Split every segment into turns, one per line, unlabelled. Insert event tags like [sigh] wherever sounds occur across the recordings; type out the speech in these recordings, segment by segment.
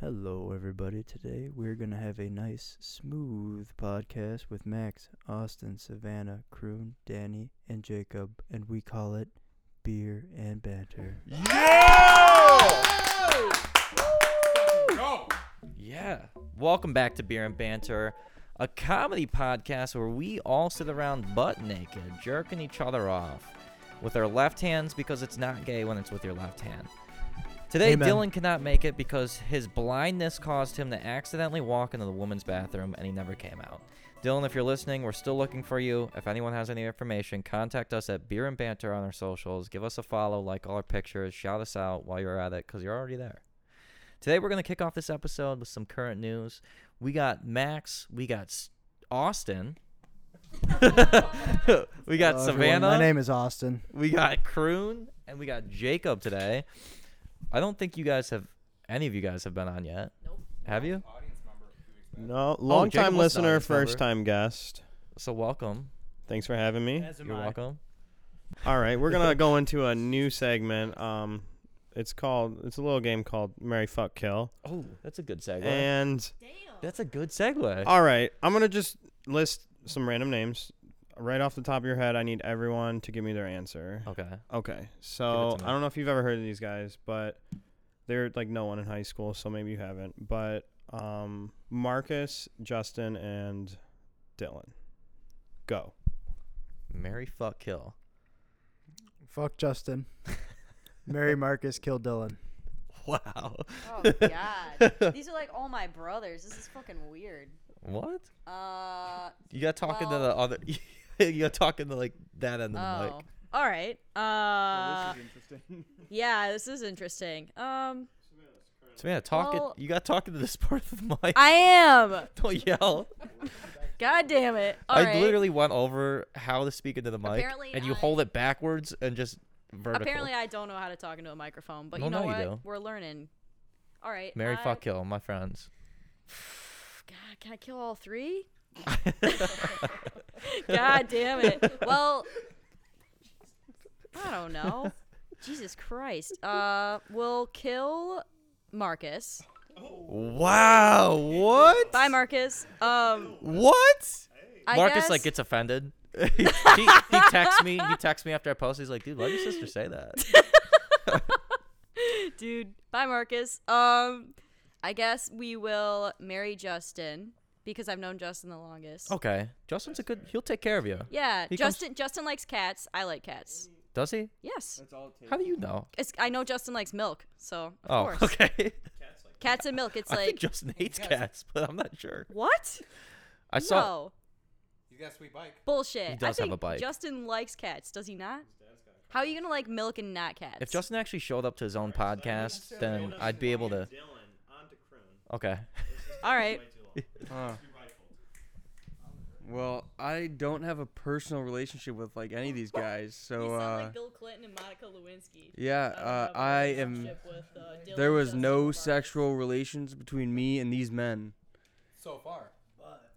Hello, everybody. Today we're going to have a nice, smooth podcast with Max, Austin, Savannah, Croon, Danny, and Jacob, and we call it Beer and Banter.
Yeah. Welcome back to Beer and Banter, a comedy podcast where we all sit around butt naked, jerking each other off with our left hands because it's not gay when it's with your left hand. Today,
Amen.
Dylan cannot make it because his blindness caused him to accidentally walk into the woman's bathroom and he never came out. Dylan, if you're listening, we're still looking for you. If anyone has any information, contact us at Beer and Banter on our socials. Give us a follow, like all our pictures, shout us out while you're at it because you're already there. Today we're gonna kick off this episode with some current news. We got Max, we got S- Austin, [laughs] we got
Hello, everyone.
Savannah,
My name is Austin.
we got Croon, and we got Jacob today. I don't think you guys have any of you guys have been on yet. Nope. Have you? Oh,
No, long
Jacob
time
was the
listener,
audience member.
first time guest.
So welcome.
Thanks for having me.
You're welcome.
All right,
[laughs]
we're gonna go into a new segment. Um, it's called it's a little game called Mary Fuck Kill.
Oh, that's a good segue.
And
that's a good segue.
all right, I'm gonna just list some random names right off the top of your head. I need everyone to give me their answer.
okay.
Okay, so
Give it to me.
I don't know if you've ever heard of these guys, but they're like no one in high school, so maybe you haven't. But um, Marcus, Justin, and Dylan, go.
Mary fuck kill.
Fuck
[laughs]
Justin. Mary Marcus killed Dylan.
Wow.
Oh
[laughs]
god. These are like all my brothers. This is fucking weird.
What?
Uh
You got talking to the
Well-
other. [laughs] you got talking to like that end of the
oh.
mic.
All right. Uh Yeah, this is interesting. Um
So yeah, talking.
Well-
you got talking to this [laughs] part of the mic.
I am.
Don't yell.
God damn it. All
I
right.
literally went over how to speak into the mic,
Apparently
and you
I-
hold it backwards and just vertical.
Apparently I don't know how to talk into a microphone, but
Well,
you know
now
what?
you do.
We're learning. All right.
Mary
I-
fuck kill, my friends.
God, can I kill
[laughs]
all three? God damn it. Well, I don't know.
[laughs]
Jesus Christ. Uh, we'll kill Marcus.
Wow, what?
Bye, Marcus. Um,
What?
I
Marcus
guess,
like gets offended. [laughs] he, he, he texts me. He texts me after I post. He's like, "Dude, why your sister say that?"
[laughs] [laughs] dude. Bye, Marcus. Um, I guess we will marry Justin because I've known Justin the longest.
Okay, Justin's a good. He'll take care of you.
Yeah,
Oh, He comes-
Justin. Justin likes cats. I like cats.
Does he?
Yes,
How do you know?
it's, I know Justin likes milk, so of
Oh,
course,
[laughs] okay.
cats and milk.
[laughs]
It's
I think
like
Justin hates cats, but I'm not sure.
what?
I saw.
no. He's got a sweet bike. Bullshit.
He
I
does have a
think
bike.
Justin likes cats, does he not? How are you gonna like milk and not cats?
If Justin actually showed up to his own podcast, then I'd be able to. Okay.
all right,
Huh. Well, I don't have a personal relationship with like any of these guys, so uh,
Bill Clinton and Monica Lewinsky.
yeah, uh, I am.
uh,
There was no sexual relations between me and these men. So far.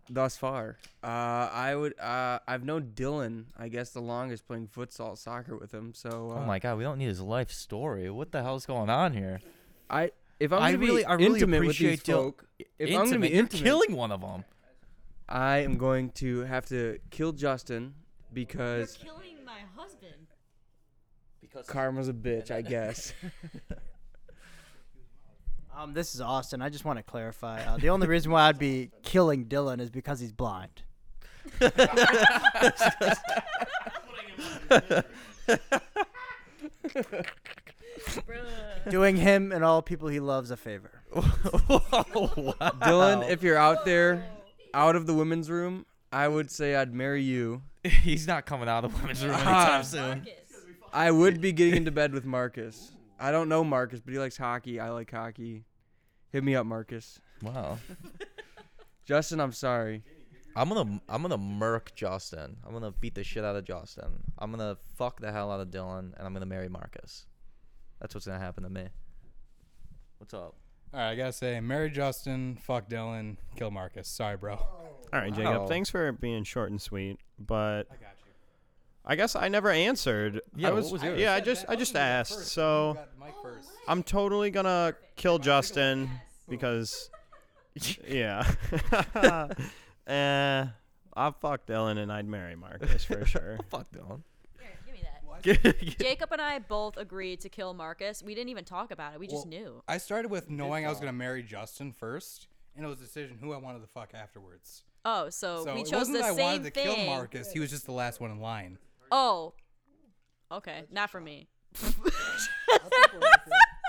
Thus far, uh, I would. Uh, I've known Dylan, I guess, the longest playing futsal soccer with him. So uh,
Oh my God, we don't need his life story. What the hell's going on here?
I if I'm
I
gonna be
really- I really
intimate with these
appreciate Dylan-
folk, if I'm gonna be
you're
intimate,
killing one of them.
I am going to have to kill Justin because
Killing my [laughs] husband.
karma's a bitch, I guess.
Um, this is Austin. I just want to clarify. Uh, the only reason why I'd be killing Dylan is because he's
[laughs]
blind. Doing him and all people he loves a favor.
[laughs] Dylan, if you're out there, out of the women's room, I would say I'd marry you.
He's not coming out of the women's room anytime
Ah.
soon.
I would be getting into bed with Marcus. I don't know Marcus, but he likes hockey. I like hockey. Hit me up, Marcus.
Wow.
Justin, I'm sorry.
I'm gonna I'm gonna murk Justin. I'm gonna beat the shit out of Justin. I'm gonna fuck the hell out of Dylan, and I'm gonna marry Marcus. That's what's gonna happen to me. What's up?
All right, I gotta say, marry Justin, fuck Dylan, kill Marcus. Sorry, bro.
All right, Jacob.
Wow.
Thanks for being short and sweet, but
I got you.
I guess I never answered.
Yeah,
I
what was yours?
Yeah, I just I just asked.
Oh.
So I'm totally gonna kill Justin because yeah.
[laughs]
[laughs] uh, I fucked Ellen and I'd marry Marcus
[laughs]
for sure.
Fuck Dylan.
Here, give me that.
[laughs]
Jacob and I both agreed to kill Marcus. We didn't even talk about it. We just
Well,
knew.
I started with knowing I was gonna marry Justin first, and it was a decision who I wanted to fuck afterwards.
Oh, so,
So
we
it
chose
wasn't
the
that I
same
wanted to
thing.
kill Marcus. He was just the last one in line.
Oh, okay, not for me. [laughs]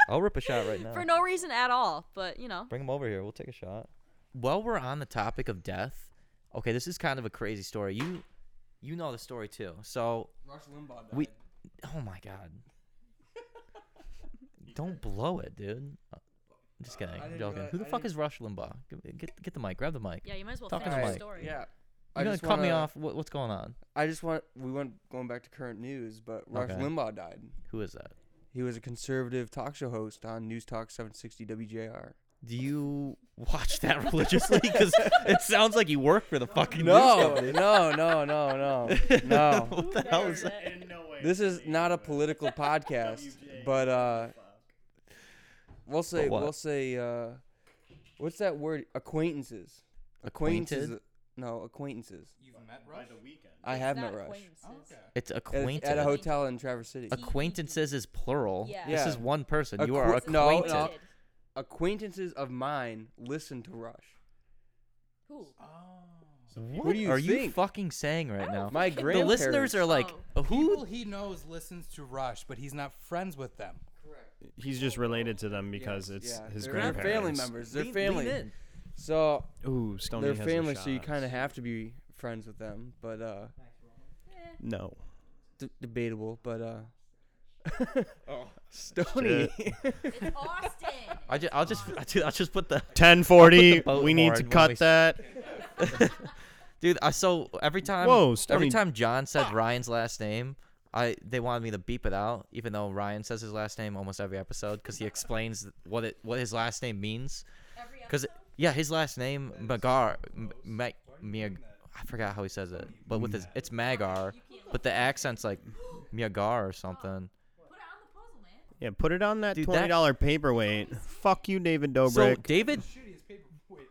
I'll rip a shot right now.
For no reason at all, but you know.
Bring him over here. We'll take a shot. While we're on the topic of death, okay, this is kind of a crazy story. You you know the story too. So
Rush Limbaugh
we oh my
[laughs]
god. Don't blow it, dude. Uh, Just kidding.
didn't
Joking.
realize-
Who the
I
fuck
didn't-
is Rush Limbaugh? G- Get get the mic. Grab the mic.
Yeah, you might as well
Talking
finish
to
the
Mike.
story.
Yeah.
You're gonna
just
cut me
wanna-
off. What, what's going on?
I just want we went going back to current news, but Rush
Okay.
Limbaugh died.
Who is that?
He was a conservative talk show host on News Talk 760 WJR.
Do you watch that [laughs] religiously?
[laughs]
Because it sounds like you work for the fucking
No, no, no, no, no, [laughs] no.
What the hell is that?
This is not a
[laughs]
political podcast, but uh, we'll say
what?
we'll say uh, what's that word? Acquaintances. Acquaintances.
Acquainted?
No, acquaintances.
You've met Rush.
I have met Rush
It's
At a-
acquainted.
at a hotel in Traverse City.
Acquaintances is plural.
Yeah.
This
Yeah.
is one person. you are
Acqui- no,
acquainted.
no. Acquaintances of mine listen to Rush.
Who?
What,
Who do you
are you
think?
fucking saying right now?
My
Oh. The
grandparents.
listeners are like,
People
who?
he knows listens to Rush, but he's not friends with them.
He's just related to them because it's his
they're not
grandparents.
family members. They're
Lean-
family.
lean in.
So
Ooh, Stony
they're
has the
family, so you
shots.
kind of have to be friends with them. But uh,
No.
d- debatable. But [laughs] uh, Oh. Stony. [laughs]
It's Austin.
I just, I'll just, [laughs] dude, I'll just put the Put
1040.
the boat
We need to
horn when we-
cut that.
dude. I so every time,
Whoa,
every
Stony-
time John said Ryan's last name, I they wanted me to beep it out, even though Ryan says his last name almost every episode because he explains what it what his last name means. Because yeah, his last name Magar, M- Ma- Miag- I forgot how he says it, but with his it's Magar, but the accent's like [gasps] Miagar or
[gasps]
something.
Yeah, put it on that
Dude, that-
twenty dollar paperweight. Fuck you, David Dobrik.
So David,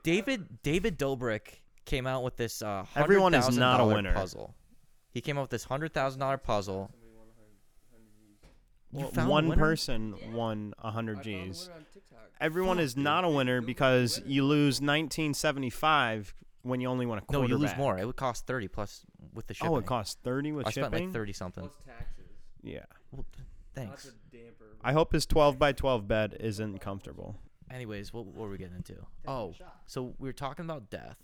David, David Dobrik came out with this. Uh,
Everyone is not a
$100,000
winner.
Puzzle. He came out with this hundred thousand dollar puzzle. You
Well,
found a
one
winner?
person won a hundred G's. Everyone is not a winner because you lose nineteen seventy five when you only won a
No,
quarterback.
you lose more. It would cost thirty plus with the shipping.
Oh, it costs thirty with
I
shipping.
spent like thirty something.
taxes.
Yeah.
Well, thanks.
damper.
I hope his twelve by twelve bed isn't comfortable.
Anyways, what, what were we getting into? Oh, so we were talking about death,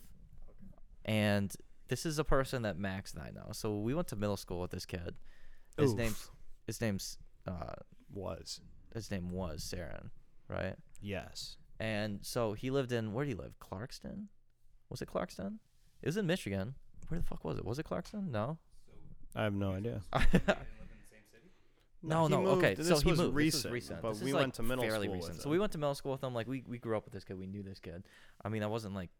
and this is a person that Max and I know. So we went to middle school with this kid. His
Oof.
name's his name's uh,
Was.
his name was Saren, right?
Yes.
And so he lived in where do he live? Clarkston? Was it Clarkston? It was in Michigan. Where the fuck was it? Was it Clarkston? No. [laughs]
I have no idea.
no,
he
no.
moved-
Okay,
this
so he
was
moved. This
recent,
was recent.
but
This is,
we
like,
went to middle
fairly
school with
recent.
him.
So we went to middle school with him. Like we we grew up with this kid. We knew this kid. I mean, I wasn't like,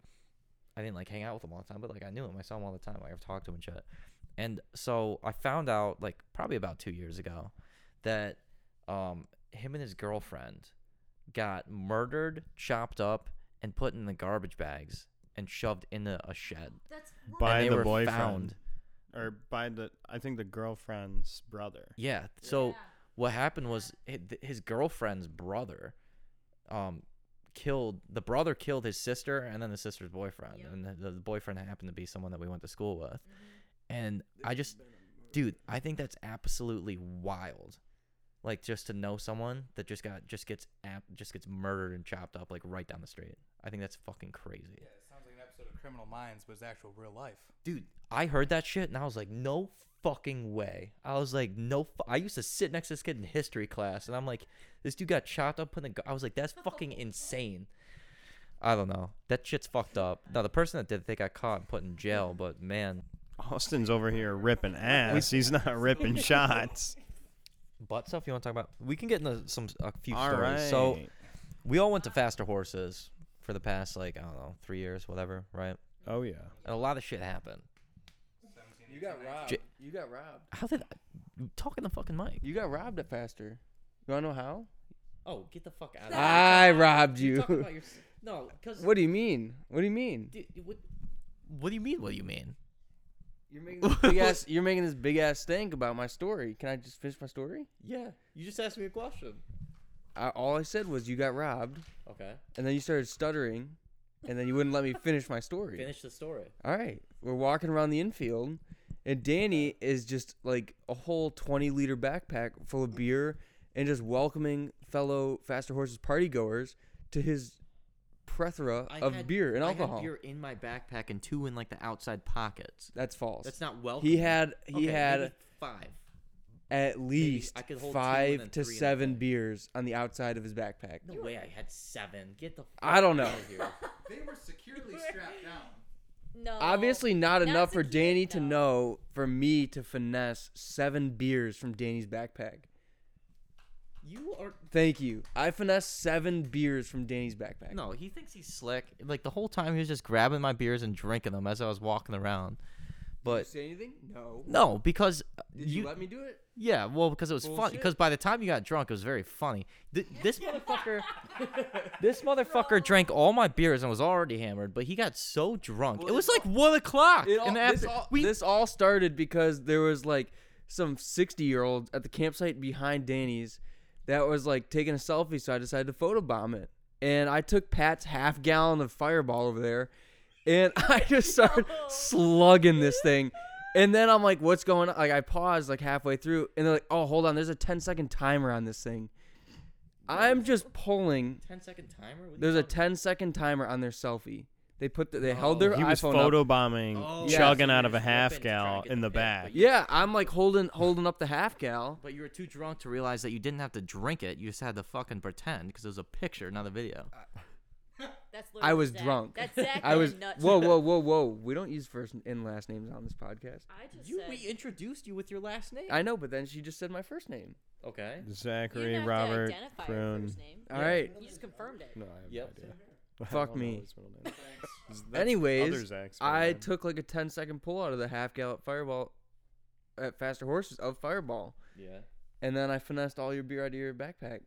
I didn't like hang out with him all the time, but like I knew him. I saw him all the time. Like I've talked to him and shit. And so I found out like probably about two years ago that um him and his girlfriend got murdered, chopped up, and put in the garbage bags and shoved into a shed.
That's
By
and they
the
were
boyfriend.
found.
Or by the I think the girlfriend's brother.
Yeah. So what happened was hi- th- his girlfriend's brother, um, killed the brother killed his sister and then the sister's boyfriend, and the, the boyfriend happened to be someone that we went to school with. And I just, dude, I think that's absolutely wild. Like just to know someone that just got just gets ap- just gets murdered and chopped up like right down the street. I think that's fucking crazy.
Yeah, it sounds like an episode of Criminal Minds, but it's actual real life.
dude, I heard that shit and I was like, no fucking way. I was like, no. Fu-. I used to sit next to this kid in history class and I'm like, this dude got chopped up in the. gu- I was like, that's fucking insane. I don't know. That shit's fucked up. Now the person that did it, they got caught and put in jail. But man,
Austin's over here ripping ass.
[laughs]
He's not ripping shots.
butt stuff you want to talk about? We can get into some a few
All
stories.
right.
So we all went to faster horses for the past like I don't know three years, whatever, right?
oh yeah.
And a lot of shit happened.
You got robbed.
J-
you got robbed.
How did I, you talking the fucking mic?
You got robbed at faster. You wanna know how?
Oh, get the fuck out!
I robbed you. [laughs]
your no, because
What do you mean? What do you mean?
what, what do you mean? What do you mean?
You're making this [laughs] big ass. You're making this big ass thing about my story. Can I just finish my story?
Yeah, you just asked me a question.
I, all I said was you got robbed,
Okay,
and then you started stuttering, and then you wouldn't let me finish my story.
the story.
All right, we're walking around the infield, and Danny is just like a whole 20 liter backpack full of beer and just welcoming fellow faster horses party goers to his plethora of beer and alcohol.
in my backpack and two in like the outside pockets.
That's false.
not welcome.
he had he had
five.
at least
I could hold two and then
five
three
to
in the
seven
bag.
beers on the outside of his backpack.
No way, I had seven. Get the. Fuck
I don't know.
outta here. [laughs]
They were securely strapped down.
No.
Obviously, not
Not
enough for
secured,
Danny to
though.
know for me to finesse seven beers from Danny's backpack.
you are
Thank you. I finessed seven beers from Danny's backpack.
no. He thinks he's slick. Like the whole time he was just grabbing my beers and drinking them as I was walking around. But
say anything? No.
no, because uh,
me do it?
Yeah, well, because it was funny.
Bullshit.
Because by the time you got drunk, it was very funny. [laughs] Th- this motherfucker, [laughs] this motherfucker drank all my beers and was already hammered, but he got so drunk. it was like one o'clock
It all,
in the
this,
after-
all,
we-
this all started because there was like some 60 year old at the campsite behind Danny's that was like taking a selfie, so I decided to photobomb it. And I took Pat's half gallon of fireball over there and [laughs] I just started slugging this thing. And then I'm like, what's going on? Like, I paused like halfway through and they're like, oh, hold on, there's a 10 second timer on this thing. I'm just pulling
10 second timer. What are you
There's a
talking-
10 second timer on their selfie. They put the, they held their
Oh, He was
iPhone up.
photobombing,
yeah.
chugging
So
out of
Oh, you're
a half
flipping to try
gal
and get
in
the
the
bit,
back.
but you-
Yeah, I'm like holding holding up the half gal.
but you were too drunk to realize that you didn't have to drink it. You just had to fucking pretend because it was a picture, not a video.
That's
I
literally
was
Zach.
drunk. [laughs]
That's Zach.
I was
Nut
whoa
[laughs]
whoa whoa whoa. We don't use first and last names on this podcast.
I just
you,
said,
we introduced you with your last name.
I know, but then she just said my first name.
okay.
you didn't
Zachary
have to
Robert
identify her
Kroon.
first name.
All right.
You just confirmed it.
No, I have
Yep.
no idea.
Fuck
I don't know
me.
his middle name. That's other
Anyways,
Zach's middle
I
name.
took like a 10 second pull out of the half gal at Fireball at Faster Horses of Fireball,
Yeah.
and then I finessed all your beer out of your backpack.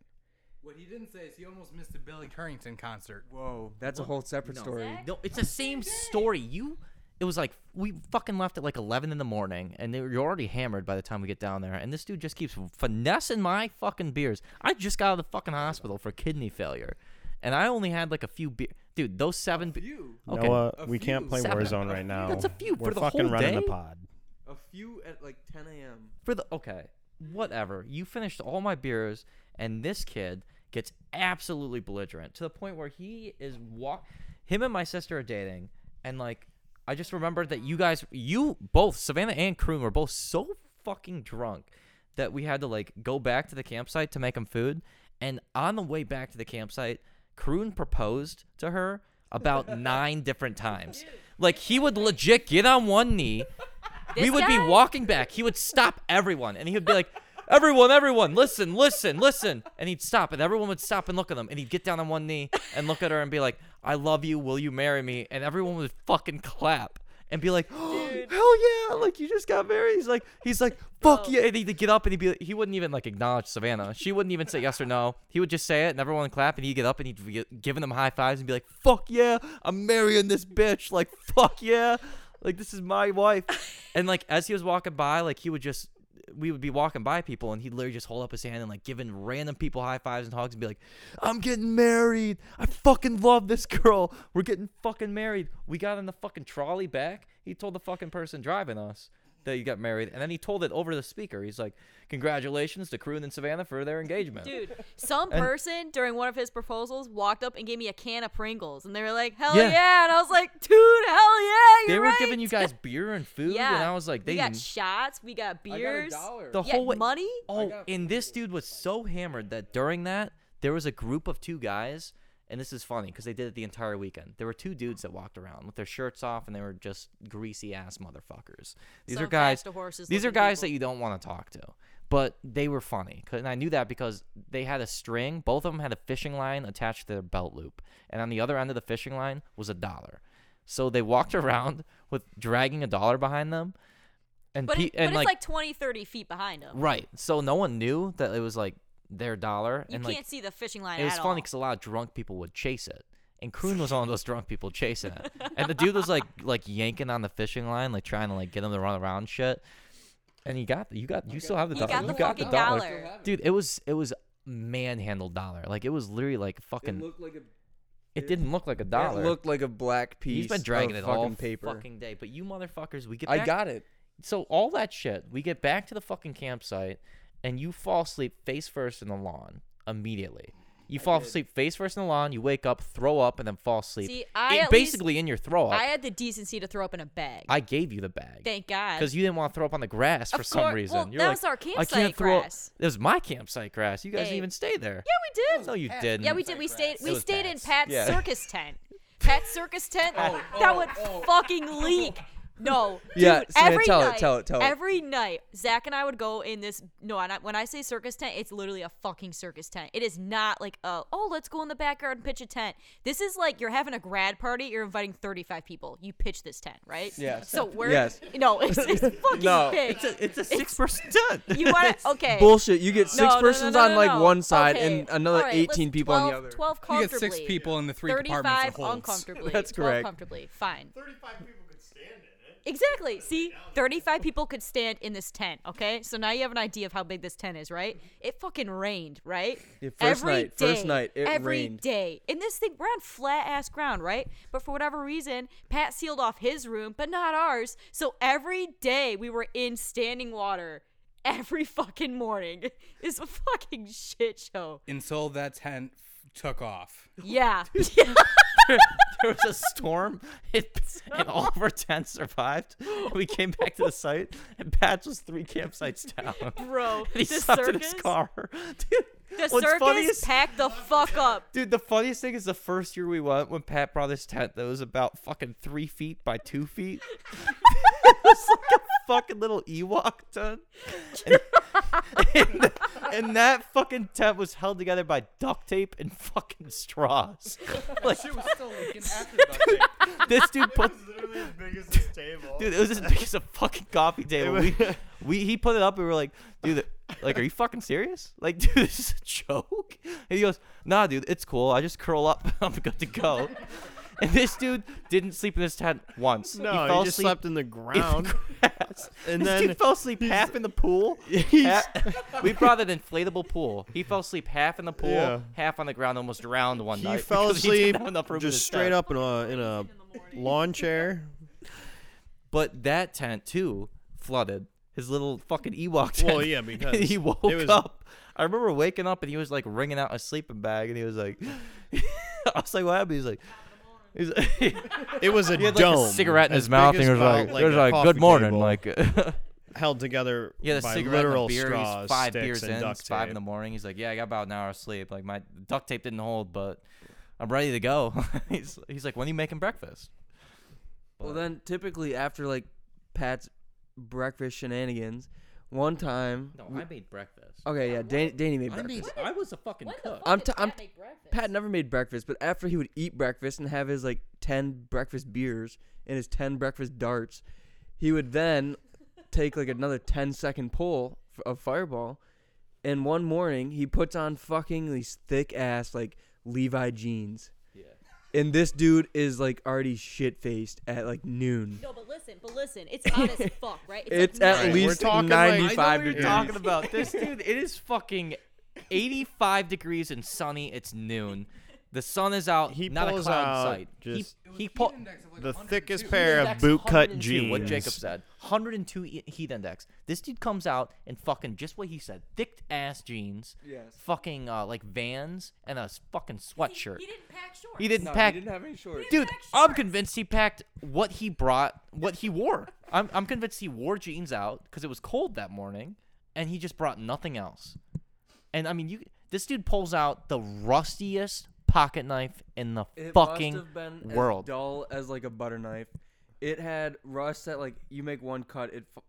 What he didn't say is he almost missed a Billy Currington concert.
Whoa, that's a whole separate
No.
story.
Zach?
No, it's the same story. You, it was like we fucking left at like eleven in the morning, and they, you're already hammered by the time we get down there. And this dude just keeps finessing my fucking beers. I just got out of the fucking hospital for kidney failure, and I only had like a few beer. Dude, those seven. Be-
You
okay.
Noah,
A
uh, we can't
few.
play
Seven.
Warzone right now.
That's a few
We're
for the
fucking
whole
running the
day?
pod.
[laughs]
a few at like 10 a.m.
for the okay, whatever. You finished all my beers, and this kid gets absolutely belligerent to the point where he is walk. Him and my sister are dating, and like I just remember that you guys, you both, Savannah and Kroon, were both so fucking drunk that we had to like go back to the campsite to make him food. And on the way back to the campsite, Kroon proposed to her about nine different times. Like he would legit get on one knee we
This
would be
guy?
walking back. He would stop everyone, and he would be like, "Everyone, everyone, listen, listen, listen." And he'd stop, and everyone would stop and look at him, and he'd get down on one knee and look at her and be like, "I love you. Will you marry me?" And everyone would fucking clap and be like, "Oh, "Hell yeah! Like you just got married." He's like, he's like, "Fuck yeah!" And he'd get up and he'd be, like, he wouldn't even like acknowledge Savannah. She wouldn't even say yes or no. He would just say it, and everyone would clap, and he'd get up and he'd be giving them high fives and be like, "Fuck yeah! I'm marrying this bitch. Like fuck yeah!" like this is my
[laughs]
wife and like as he was walking by like he would just we would be walking by people and he'd literally just hold up his hand and like giving random people high fives and hugs and be like i'm getting married i fucking love this girl we're getting fucking married we got in the fucking trolley back he told the fucking person driving us that you got married and then he told it over the speaker he's like congratulations to crew and savannah for their engagement
Dude, some person during one of his proposals walked up and gave me a can of Pringles, and they were like, "Hell
Yeah.
yeah!" And I was like, "Dude, hell yeah!"
they
you're
were
right."
giving you guys
[laughs]
beer and food
yeah.
and i was like they
we got shots, we got beers,
the
yeah,
whole way
money.
Oh, and this dude was so hammered that during that there was a group of two guys, and this is funny because they did it the entire weekend. There were two dudes that walked around with their shirts off, and they were just greasy ass motherfuckers. These
Some
are guys.
faster horses
These are
looking
guys
people.
that you don't want to talk to, but they were funny, 'cause- and I knew that because they had a string. Both of them had a fishing line attached to their belt loop, and on the other end of the fishing line was a dollar. So they walked [laughs] around with dragging a dollar behind them, and
But,
pe-
it, but
and
it's like,
like,
20, 30 feet behind him.
right. So no one knew that it was like their dollar,
You
and
can't
like
see the fishing line
it was
at
funny
all.
because a lot of drunk people would chase it, and Kroon was
[laughs]
one of those drunk people chasing it. And the dude was like like yanking on the fishing line, like trying to like get him to run around and shit. And you got you got you still have the
He
dollar.
got
You
the
got the
fucking
dollar,
dollar.
dude. It was it was manhandle dollar. Like it was literally like fucking. It,
looked like a
didn't look like a dollar.
It looked like a black piece.
He's been dragging
of
it
fucking
all
paper.
fucking day. But you motherfuckers, we get
I
back-
got it.
so all that shit, we get back to the fucking campsite, and you fall asleep face first in the lawn immediately. You fall asleep face first in the lawn. You wake up, throw up, and then fall asleep.
See, I
In-
at least-
basically in your throw up.
I
I,
had the decency to throw up in a bag.
gave you the bag
Thank God.
because you didn't want to throw up on the grass
Of
for some
cour-
reason.
well,
You're
that
like,
was our
I
campsite
can't throw
grass."
Up. It was my campsite grass. You guys
Hey.
didn't even stay there.
yeah, we did.
No, you didn't. [laughs]
Mm.
yeah, we did. We stayed.
It
We
was
stayed in
Pat's.
Pat's
Yeah.
circus tent. Pat's circus
[laughs]
tent. that would fucking leak. No,
Oh, Yeah,
dude,
Savannah,
every
tell it,
night,
tell it, tell it.
every night, Zach and I would go in this. No, and I- when I say circus tent, it's literally a fucking circus tent. It is not like a oh, let's go in the backyard and pitch a tent. This is like you're having a grad party. You're inviting 35 people. You pitch this tent, right?
Yes.
So we're
Yes.
no, it's, it's
[laughs]
[laughs]
fucking
No.
big.
It's a six [laughs] percent tent.
you
[laughs]
want to okay?
Bullshit. You get six
No, no, no,
persons
no, no,
on like
no.
one side
Okay,
and another
all right, let's-
18 people on the
12
other.
12
You
comfortably.
get six people in the three departments
35
of Holtz.
uncomfortably.
[laughs] That's
12
correct.
comfortably. Fine. 35 people could stand in it. Exactly. See, 35 people could stand in this tent, okay? So now you have an idea of how big this tent is, right? It fucking rained, right?
Yeah, first
Every
night- first
day,
night, it
every
rained.
day. And this thing, we're on flat ass ground, right? But for whatever reason, Pat sealed off his room, but not ours. So every day we were in standing water. Every [laughs] fucking morning [laughs] It's a fucking shit show.
And so that tent f- took off.
[laughs]
Yeah.
there was a storm, it,
[laughs]
and all [laughs] of our tents survived. We came back to the site, and Pat's was three campsites down.
Bro,
And he
[laughs] the
slept in
circus,
his car. [laughs] Dude,
the
what's funny
circus
is,
packed the fuck up.
dude, the funniest thing is the first year we went when Pat brought his tent that was about fucking three feet by two feet. [laughs] it was like a fucking little Ewok tent. And, and- and that fucking tent was held together by duct tape and fucking straws. Like, this dude put
literally as big as this table.
Dude, it was as big as a fucking coffee table. We,
[laughs]
we he put it up and we were like, dude, like, are you fucking serious? Like, [laughs] dude, this is a joke. And he goes, nah, dude, it's cool. I just curl up. [laughs] I'm good to go. And this dude didn't sleep in his tent once.
no,
he,
he,
fell
just
asleep
slept in the
in the [laughs]
ground.
grass.
[laughs] and
this
then
dude fell asleep half in the pool.
he's-
Ha- [laughs] we brought an inflatable pool. He fell asleep half in the pool,
Yeah.
half on the ground, almost drowned one
he
night.
fell
because didn't
asleep
have enough room in
just
his
straight
tent.
up
[laughs]
in a in a lawn chair.
But that tent too flooded. His little fucking Ewok tent. [laughs]
Well, yeah, because
he woke
it was-
up. I remember waking up and he was like wringing out a sleeping bag, and he was like, [laughs] "I was like, what happened?" He's like, he's [laughs] like
It was a
he had like
dome.
a cigarette in
as
his mouth,
big
and he was
as about,
like, he was
a
like, "Good
coffee
morning,"
table,
like. [laughs]
held together
Yeah, the
by
cigarette and
literal
the beer.
straws,
he's five
sticks,
beers
and
in,
duct
it's five in the
tape.
morning. He's like, "Yeah, I got about an hour of sleep. Like my duct tape didn't hold, but I'm ready to go." [laughs] he's he's like, "When are you making breakfast?"
Well, then typically after like Pat's breakfast shenanigans, one time.
made breakfast.
okay, yeah, Dan- Danny made breakfast.
I was a fucking cook.
I'm t- I'm t- Pat never made breakfast, but after he would eat breakfast and have his like 10 breakfast beers and his 10 breakfast darts, he would then take like another 10 second pull f- of Fireball. And one morning, he puts on fucking these thick ass like Levi jeans. Yeah. And this dude is like already shit faced at like noon.
No, but listen, but listen, it's hot as fuck, right?
It's
like
at
Right,
nine.
we're
least
talking, like- I know
95
what
degrees.
you're talking about. [laughs] This dude, it is fucking 85 degrees and sunny. It's noon. The sun is out.
He
not a
pulls
cloud
out
sight.
just-
he he pulled
The thickest pair of
index
boot cut
102,
jeans.
What Jacob said. 102 e- heat index. This dude comes out and fucking just what he said. Thick ass jeans.
Yes.
Fucking uh, like Vans and a s- fucking sweatshirt.
He didn't pack shorts.
He didn't pack.
have any shorts.
Dude,
pack
I'm
shorts.
convinced he packed what he brought, what he wore. I'm, I'm convinced he wore jeans out because it was cold that morning, and he just brought nothing else. And I mean, you this dude pulls out the rustiest pocket knife in the
It
fucking
must have been
world.
As dull as like a butter knife. It had rust that like you make one cut, it f-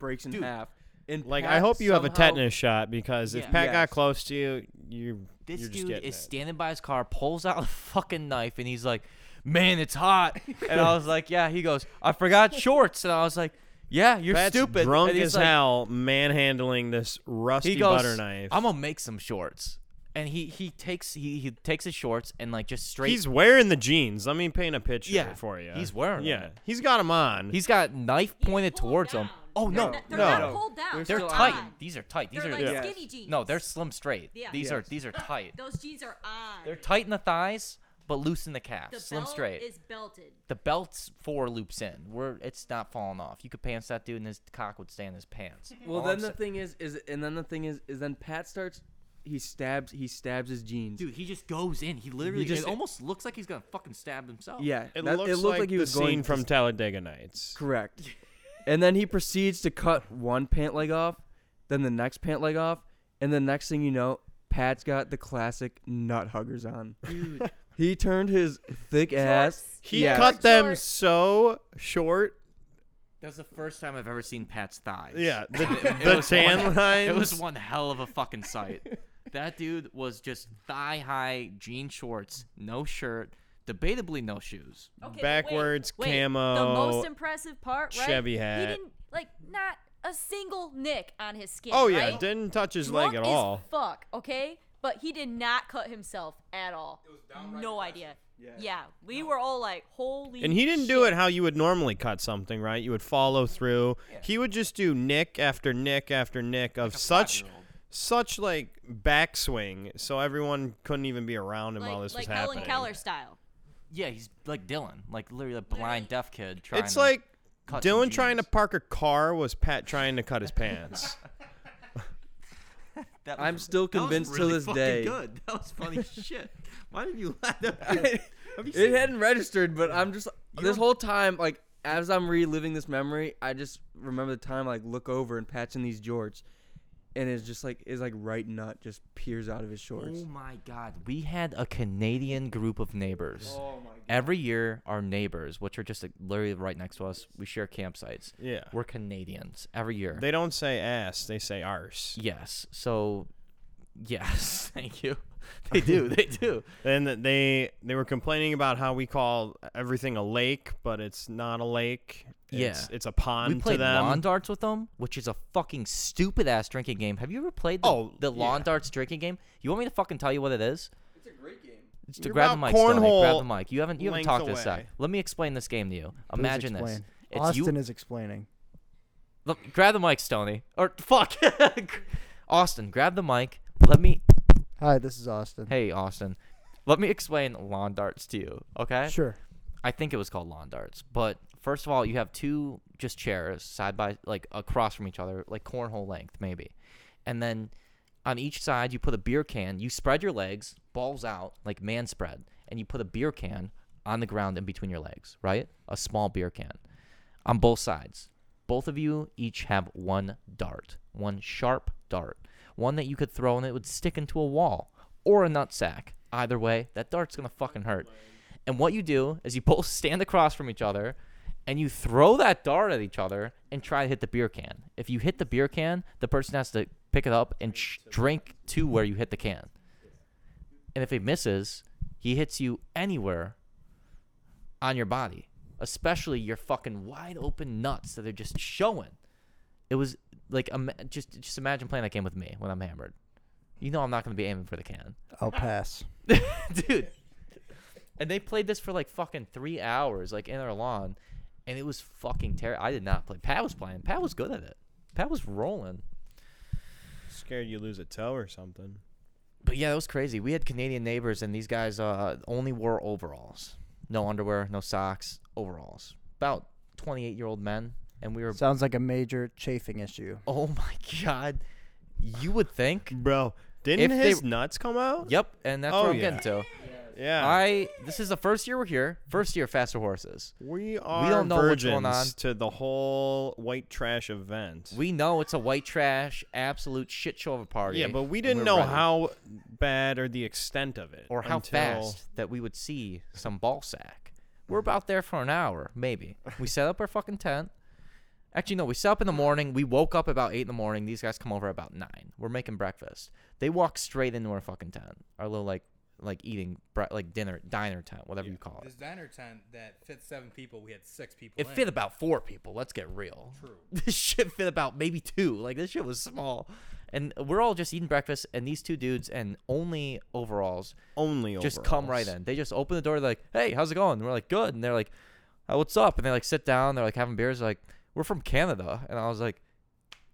breaks in
Dude.
half. And
Like I
Pat
hope you have a
somehow-
tetanus shot because if
Yeah.
Pat
Yes.
got close to you, you
This
you're just
dude
getting
is
it.
standing by his car, pulls out a fucking knife, and he's like, "Man, it's hot." And
[laughs]
I was like, "Yeah." He goes, "I forgot shorts," and I was like, "Yeah, you're
Pat's
stupid."
Drunk
and he's
as
like,
hell, manhandling this rusty
He goes,
butter knife.
"I'm gonna make some shorts," and he he takes he he takes his shorts and like just straight.
He's wearing the jeans. Let me paint a picture
Yeah,
for you.
he's wearing 'em.
Yeah, he's got them on.
he's got knife pointed
pulled
towards him.
down.
Oh no,
They're not, they're
no.
not
No.
pulled down.
They're
they're
still
tight.
on.
These are tight. These
They're
are
like
yeah.
skinny jeans.
no, they're slim straight.
Yeah.
These are
[laughs]
Yes.
these are tight.
Those jeans are on.
They're tight in the thighs, but loose in the calf.
the
slim
belt
straight.
is belted.
the belt's four loops in. We're it's not falling off. You could pants that dude, and his cock would stay in his pants.
Well,
All
then
I'm
the
sa-
thing is, is and then the thing is, is then Pat starts. He stabs. He stabs his jeans.
dude, he just goes in. He literally
just-
it almost looks like he's gonna fucking stab himself.
Yeah,
it,
that-
looks
it looked like, he
the
was
scene
going to
from
s-
Talladega Nights. [laughs]
correct. and then he proceeds to cut one pant leg off, then the next pant leg off, and the next thing you know, Pat's got the classic nut huggers on.
dude.
[laughs] He turned his thick ass.
He
yeah,
cut them
Short.
so short.
That's the first time I've ever seen Pat's thighs. [laughs]
Yeah, the,
It
the
was
tan
one-
lines.
It was one hell of a fucking sight. That dude was just thigh high jean shorts, no shirt, debatably no shoes.
Okay, but wait,
Backwards,
wait, The
camo,
most impressive part, right?
Chevy
He
hat.
didn't like not a single nick on his skin.
oh yeah,
right?
didn't touch his
Drunk
leg at
as
all.
Fuck. Okay, but he did not cut himself at all. It was
downright
no
impressive.
idea. Yeah. we were all like, holy.
And he didn't do
shit.
it how you would normally cut something, right? You would follow through. He would just do nick after nick after nick of such such like backswing, so everyone couldn't even be around him
like,
while this
like
was happening.
Helen Keller style.
Yeah, he's like Dylan, like literally a blind deaf kid trying.
It's
to
like
cut some
Dylan trying to
jeans.
park a car was Pat trying to cut his pants.
[laughs] That
I'm still
that was
convinced to
really
this
fucking
day. [laughs]
Good. That was
[laughs]
funny shit. Why did you laugh? That- Have you
it
seen-
hadn't registered, but I'm just this
don't-
whole time like as I'm reliving this memory, I just remember the time like look over and patching these jorts, and it's just like his like right nut just peers out of his shorts.
Oh my god, we had a Canadian group of neighbors. Every year, our neighbors, which are just like, literally right next to us, we share campsites.
Yeah.
we're Canadians every year.
They don't say ass, they say arse.
yes, so yes, [laughs] thank
[laughs]
you. They do, they do.
And that they they were complaining about how we call everything a lake, but it's not a lake. It's,
Yeah.
it's a
we
pond to
played
them.
lawn darts with them, which is a fucking stupid ass drinking game. Have you ever played the,
Oh,
the lawn
yeah.
darts drinking game? You want me to fucking tell you what it is? It's a great game. to
You're
grab the
about
mic, Stoney, grab the
cornhole
mic. You haven't you haven't
lengths
talked this out.
away.
Let me explain this game to you.
Please
Imagine this.
explain.
It's
Austin
you
is explaining.
look, grab the mic, Stoney. Or [laughs]
[laughs]
fuck. Austin, grab the mic. Let me
Hi, this is Austin.
Hey Austin. Let me explain lawn darts to you, okay?
Sure.
I think it was called lawn darts. But first of all, you have two just chairs side by like across from each other, like cornhole length maybe. And then on each side you put a beer can, you spread your legs, balls out, like man spread, and you put a beer can on the ground in between your legs, right? A small beer can. On both sides. Both of you each have one dart, one sharp dart, one that you could throw and it would stick into a wall or a nut sack. Either way, that dart's gonna fucking hurt. And what you do is you [laughs] both stand across from each other and you throw that dart at each other and try to hit the beer can. If you hit the beer can, the person has to pick it up and sh- drink to where you hit the can. And if he misses, he hits you anywhere on your body, especially your fucking wide open nuts that are just showing. It was like ima- just just imagine playing that game with me when I'm hammered. You know I'm not going to be aiming for the can [laughs]
I'll pass.
dude. And they played this for like fucking three hours, like in our lawn, and it was fucking terrible. I did not play. Pat was playing. Pat was good at it. Pat was rolling.
Scared you lose a toe or something.
But yeah, that was crazy. We had Canadian neighbors, and these guys uh, only wore overalls, no underwear, no socks, overalls. About twenty-eight-year-old men, and we were.
Sounds like a major chafing issue.
oh my god, you would think.
Bro, didn't
If they-
his nuts come out?
Yep, and that's
Oh,
where I'm
yeah.
getting to.
Yeah.
I this is the first year we're here. First year faster horses.
we are
don't know what's
virgins
going on.
to the whole white trash event.
We know it's a white trash, absolute shit show of a party.
yeah, but
eh?
we
and
didn't
we're
know
ready.
how bad or the extent of it,
or how
until-
fast that we would see some ball sack. We're about there for an hour, maybe. We set up our fucking tent. Actually, no, we set up in the morning. We woke up about 8 in the morning. These guys come over about 9. We're making breakfast. They walk straight into our fucking tent. Our little, like, like eating, bre- like dinner, diner tent, whatever you call it.
This diner tent that fits seven people, we had six people.
It
in.
fit about four people. Let's get real.
True.
[laughs] This shit fit about maybe two. Like, this shit was small. And we're all just eating breakfast, and these two dudes, and only overalls,
Only
just come right
overalls.
in. They just open the door. They're like, "Hey, how's it going?" And we're like, "Good." And they're like, "Uh, "What's up?" And they like sit down. They're like having beers. They're like, "We're from Canada." And I was like,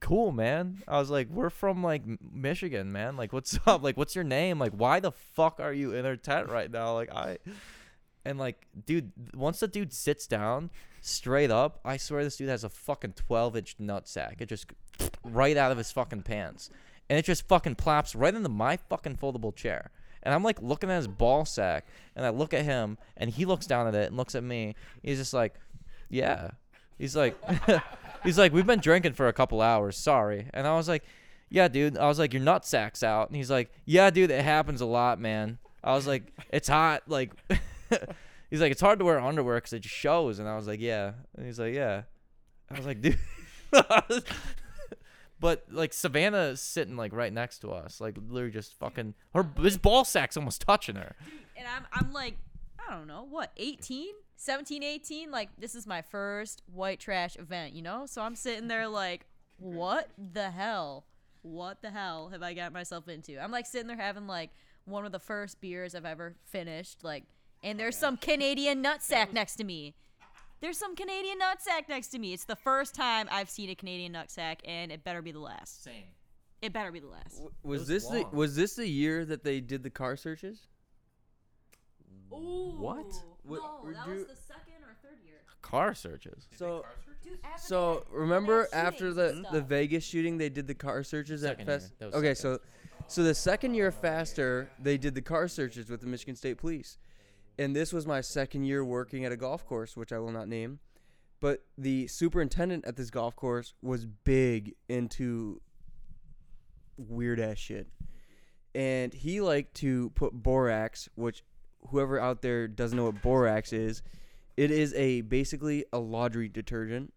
"Cool, man." I was like, "We're from like M- Michigan, man. Like, what's [laughs] up? Like, what's your name? Like, why the fuck are you in our tent right now? Like, I." And like, dude, once the dude sits down, straight up, I swear this dude has a fucking 12 inch nutsack. It just [sniffs] right out of his fucking pants. And it just fucking plops right into my fucking foldable chair. And I'm like looking at his ball sack, and I look at him, and he looks down at it and looks at me. He's just like, yeah. He's like, [laughs] he's like, we've been drinking for a couple hours. Sorry. And I was like, yeah, dude. I was like, your nut sack's out. And he's like, yeah, dude, it happens a lot, man. I was like, it's hot. Like, [laughs] he's like, it's hard to wear underwear because it just shows. And I was like, yeah. And he's like, yeah. I was like, dude. [laughs] but like Savannah's sitting like right next to us, like literally just fucking her. His ball sack's almost touching her.
and I'm I'm like, I don't know, what, 18? 17, 18? Like, this is my first white trash event, you know? So I'm sitting there like, what the hell? What the hell have I got myself into? I'm like sitting there having like one of the first beers I've ever finished, like, and there's some Canadian nutsack next to me. There's some Canadian nutsack next to me. It's the first time I've seen a Canadian nutsack, and it better be the last.
Same.
It better be the last.
W-
It
Was,
was
this
long.
the was this the year that they did the car searches?
What?
What- No, that was do- the
second or third year.
Car searches.
So
Dude, after
so
that, when
remember
they're
after
shooting
the
stuff.
the Vegas shooting, they did the car searches
Second
at
year.
Fest.
That was
Okay,
second.
so so the second year faster, they did the car searches with the Michigan State Police, and this was my second year working at a golf course, which I will not name. But the superintendent at this golf course was big into weird ass shit. And he liked to put borax, which whoever out there doesn't know what borax is, it is a basically a laundry detergent.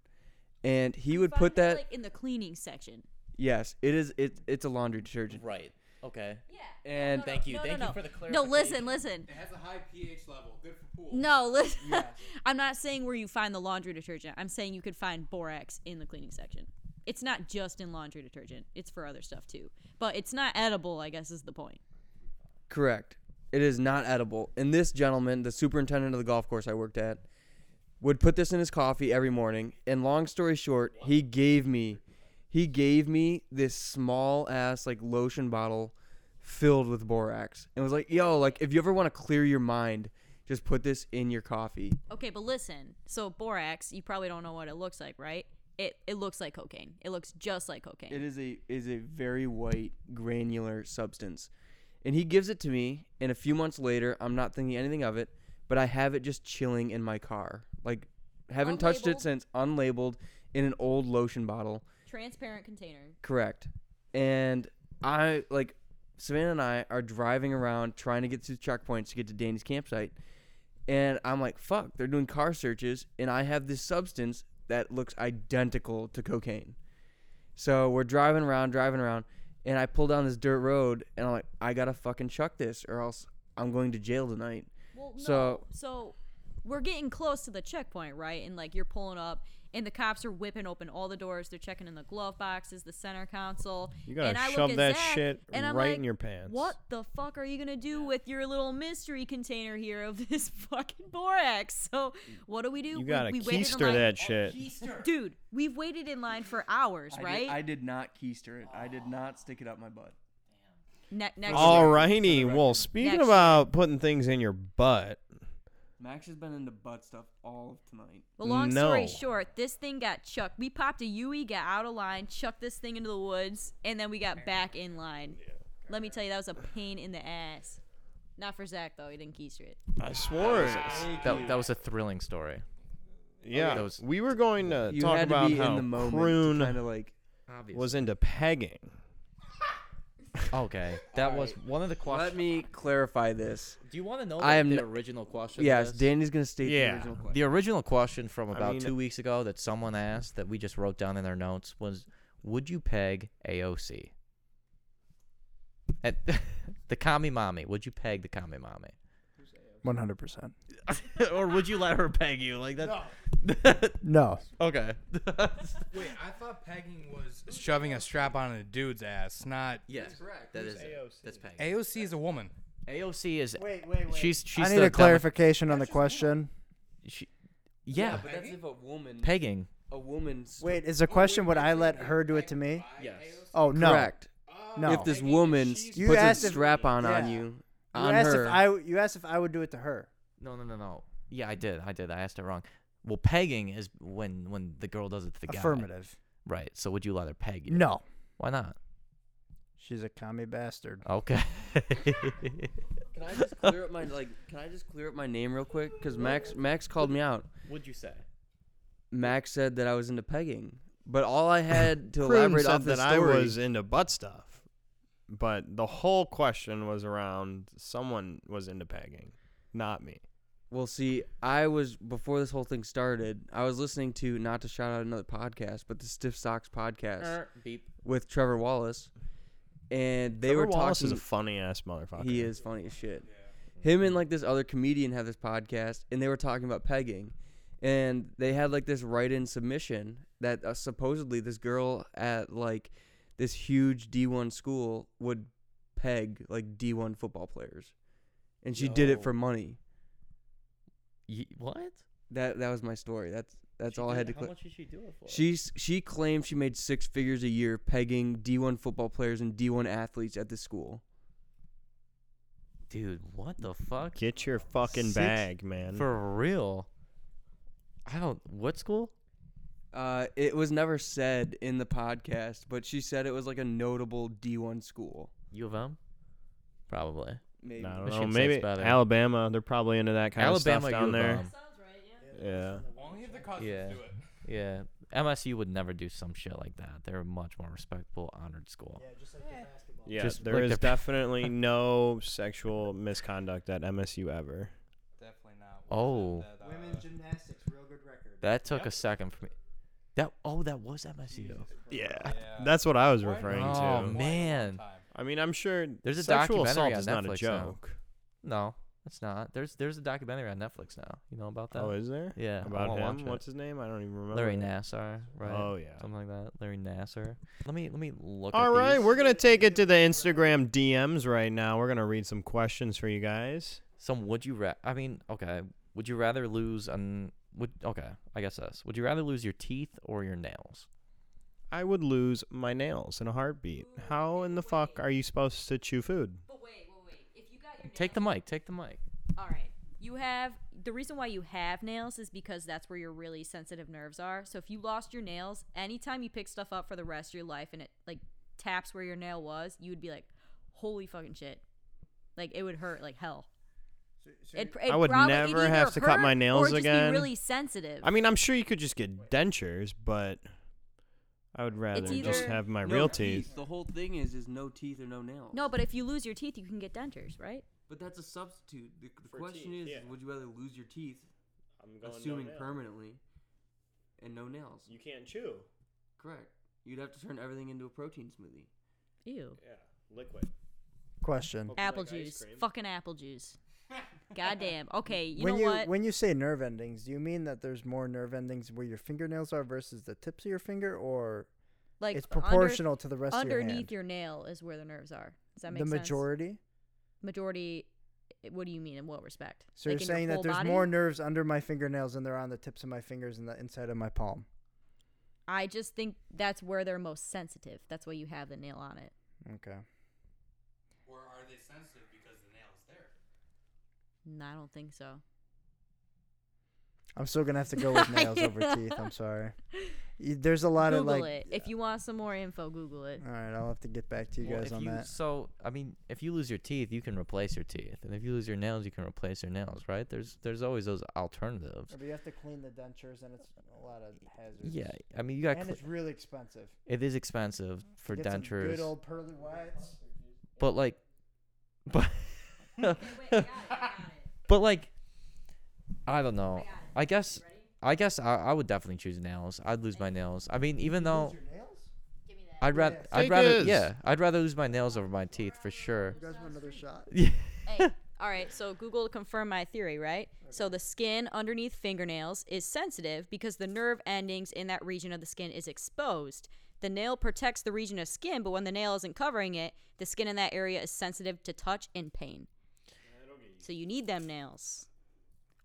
And he would
Find
put
it,
that
like in the cleaning section.
yes, it is it it's a laundry detergent.
Right. Okay.
Yeah.
And
Thank you. Thank you for the
No,
clarification.
listen, listen.
It has a high pH level, good for pool.
No, listen.
Yes.
[laughs] I'm not saying where you find the laundry detergent. I'm saying you could find borax in the cleaning section. It's not just in laundry detergent. It's for other stuff too. But it's not edible, I guess is the point.
Correct. It is not edible. And this gentleman, the superintendent of the golf course I worked at, would put this in his coffee every morning. And long story short, he gave me he gave me this small ass like lotion bottle filled with borax. And was like, "Yo, like if you ever want to clear your mind, just put this in your coffee."
Okay, but listen. So borax, you probably don't know what it looks like, right? It it looks like cocaine. It looks just like cocaine.
It is a is a very white granular substance, and he gives it to me. And a few months later, I'm not thinking anything of it, but I have it just chilling in my car. Like, haven't touched
Unlabeled?
it since unlabeled in an old lotion bottle.
Transparent container.
Correct. And I like Savannah and I are driving around trying to get to checkpoints to get to Danny's campsite. And I'm like, fuck, they're doing car searches and I have this substance that looks identical to cocaine. So we're driving around, driving around, and I pull down this dirt road and I'm like, I gotta fucking chuck this or else I'm going to jail tonight.
Well, no. So,
So-
we're getting close to the checkpoint, right? And like you're pulling up, and the cops are whipping open all the doors. They're checking in the glove boxes, the center console.
You gotta
and I
shove
look at
that
Zach,
shit
and I'm
right
like,
in your pants.
What the fuck are you gonna do with your little mystery container here of [laughs] this fucking borax? So what do we do?
You
We-
gotta
we, waited in
keister
line-
that shit.
dude. We've waited in line for hours, right?
did not keister it. I did not stick it up my butt.
Ne- next year.
Alrighty. Well, speaking
Next year.
about putting things in your butt,
Max has been into butt stuff all of tonight.
Well, long story
No.
short, this thing got chucked. We popped a Yui, got out of line, chucked this thing into the woods, and then we got back in line. Let me tell you, that was a pain in the ass. Not for Zach though. He didn't keister it.
I swore. it.
That, that was a thrilling story.
Yeah,
That was-
we were going to
You
talk
had to
about
be
how
in the moment.
Croon
Kind of like
Obviously.
was into pegging.
[laughs]
okay. That was one of the
Let
questions.
me clarify this.
Do you want to know
I
the-
am
the
n-
original question? of
Yes,
this?
Danny's gonna state
Yeah.
the original question.
The original question from about
mean-
two weeks ago that someone asked that we just wrote down in their notes was, "Would you peg AOC?" At [laughs] the Kami Mommy, would you peg the Kami Mommy,
100%.
[laughs] or would you let her peg you? Like that? [laughs]
No.
Okay.
Wait, I thought pegging was shoving a strap on a dude's ass, not
[laughs] yes, correct. That is AOC. That's pegging.
AOC is a woman.
AOC is.
Wait, wait,
She's. She's.
I
the
need a
demo-
clarification on the question.
she- yeah,
but that's if a woman,
pegging.
a woman.
Wait, is the question would I let her do it to me?
Yes.
Oh, no.
Correct.
No.
If this woman
You
puts
asked
a
if-
strap on on
yeah.
you,
you
on
asked
her,
if I you asked if I would do it to her.
No, no, no, no. Yeah, I did. I did. I asked it wrong. Well, pegging is when when the girl does it to the guy.
Affirmative.
Right. So would you let her peg you?
No.
Why not?
She's a commie bastard.
Okay. [laughs]
can I just clear up my like? Can I just clear up my name real quick? Because Max Max called me out.
What'd you say?
Max said that I was into pegging, but all I had to
Croon
elaborate
said
off this
that
story.
I was into butt stuff, but the whole question was around someone was into pegging, not me.
Well, see, I was before this whole thing started. I was listening to not to shout out another podcast, but the Stiff Socks podcast
Er, beep.
with Trevor Wallace, and they
Trevor
were
Wallace
talking.
is a funny ass motherfucker.
He is funny as shit. Him and like this other comedian have this podcast, and they were talking about pegging, and they had like this write-in submission that uh, supposedly this girl at like this huge D1 school would peg like D1 football players, and she did it for money.
what?
That that was my story. That's that's all I had to. Cl-
much did she do it for?
she s- she claimed she made six figures a year pegging D1 football players and D1 athletes at the school.
Dude, what the fuck?
Get your fucking
Six-
bag, man.
For real? I don't. What school?
Uh, it was never said in the podcast, but she said it was like a notable D1 school.
U of M? Probably.
Maybe.
I don't know.
Michigan State's
Maybe
better.
Alabama. They're probably into that kind of
Alabama, U
stuff down
of
there.
M.
Sounds right. Yeah.
Yeah.
Only if the cousins
Yeah.
do it.
Yeah. MSU would never do some shit like that. They're a much more respectable, honored school.
Yeah.
Just
there
like
is
the- [laughs]
definitely no sexual misconduct at MSU ever.
Definitely not.
Oh.
That, uh,
gymnastics, real good record.
That took a second for me. That oh, that was MSU.
Yeah.
Yeah.
That's what I was referring
Oh
to.
man,
time.
I mean, I'm sure
There's a
sexual assault
documentary on
is not a
Netflix now.
joke.
no, it's not. There's there's a documentary on Netflix now. You know about that?
Oh, is there?
yeah, I
About
wanna
him?
watch it.
What's his name? I don't even remember.
Larry Nassar, right?
Oh, yeah.
something like that. Larry Nassar. Let me let me look.
All
at
right,
these.
we're gonna take it to the Instagram DMs right now. We're gonna read some questions for you guys.
some. Would you ra- I mean, okay. Would you rather lose an? Would okay? I guess this. Would you rather lose your teeth or your nails?
I would lose my nails in a heartbeat. How in the fuck are you supposed to chew food?
But wait, wait, wait. If you got your
Take the mic. Take the mic.
All right. You have the reason why you have nails is because that's where your really sensitive nerves are. So if you lost your nails, anytime you pick stuff up for the rest of your life and it like taps where your nail was, you would be like, "Holy fucking shit!" Like it would hurt like hell. It, pr- it
I would
probably- it'd
never
either
have to cut my
hurt
nails
or it'd just
again.
Be really sensitive.
I mean, I'm sure you could just get dentures, but I would rather just
either-
have my real teeth.
The whole thing is is no teeth or no nails.
no, but if you lose your teeth, you can get dentures, right?
But that's a substitute. The, the
For
question
teeth,
is,
yeah.
would you rather lose your teeth, assuming permanently, and no nails?
You can't chew.
Correct. You'd have to turn everything into a protein smoothie.
Ew.
Yeah, liquid.
Question.
Apple juice. Fucking apple juice. Goddamn. Okay, you
when
know
you
what?
when you say nerve endings, do you mean that there's more nerve endings where your fingernails are versus the tips of your finger, or
like
it's
under-
proportional to the rest of your hand?
underneath your, nail is where the nerves are. Does that make
the
sense?
majority.
majority i- what do you mean in what respect
So you're
Like in your
saying that
whole
there's
body?
more nerves under my fingernails than there are on the tips of my fingers and the inside of my palm.
i just think that's where they're most sensitive that's why you have the nail on it
Okay.
Or are they sensitive because the nail is there?
Mm, i don't think so [laughs]
I'm still gonna have to go with nails over teeth. I'm sorry. Y- There's a lot
Google
of like.
it. If you want some more info, Google it.
All right, I'll have to get back to you
Well,
guys
if
on
you-
that.
So I mean, if you lose your teeth, you can replace your teeth, and if you lose your nails, you can replace your nails, right? There's there's always those alternatives.
But you have to clean the dentures, and it's a lot of hazards.
Yeah, I mean, you got
and
cle-
it's really expensive.
it is expensive for
Get some
dentures,
good old pearly whites.
but like, [laughs] but
[laughs]
but like, I don't know. I guess I guess I, I would definitely choose nails. I'd lose my nails. I mean, even though
Your nails?
I'd rather
Yes.
I'd
Take
rather
his.
yeah I'd rather lose my nails over my teeth for sure.
You guys want another shot?
hey, [laughs] all right, so Google to confirm my theory, right? So the skin underneath fingernails is sensitive because the nerve endings in that region of the skin is exposed. The nail protects the region of skin, but when the nail isn't covering it, the skin in that area is sensitive to touch and pain. So you need them nails.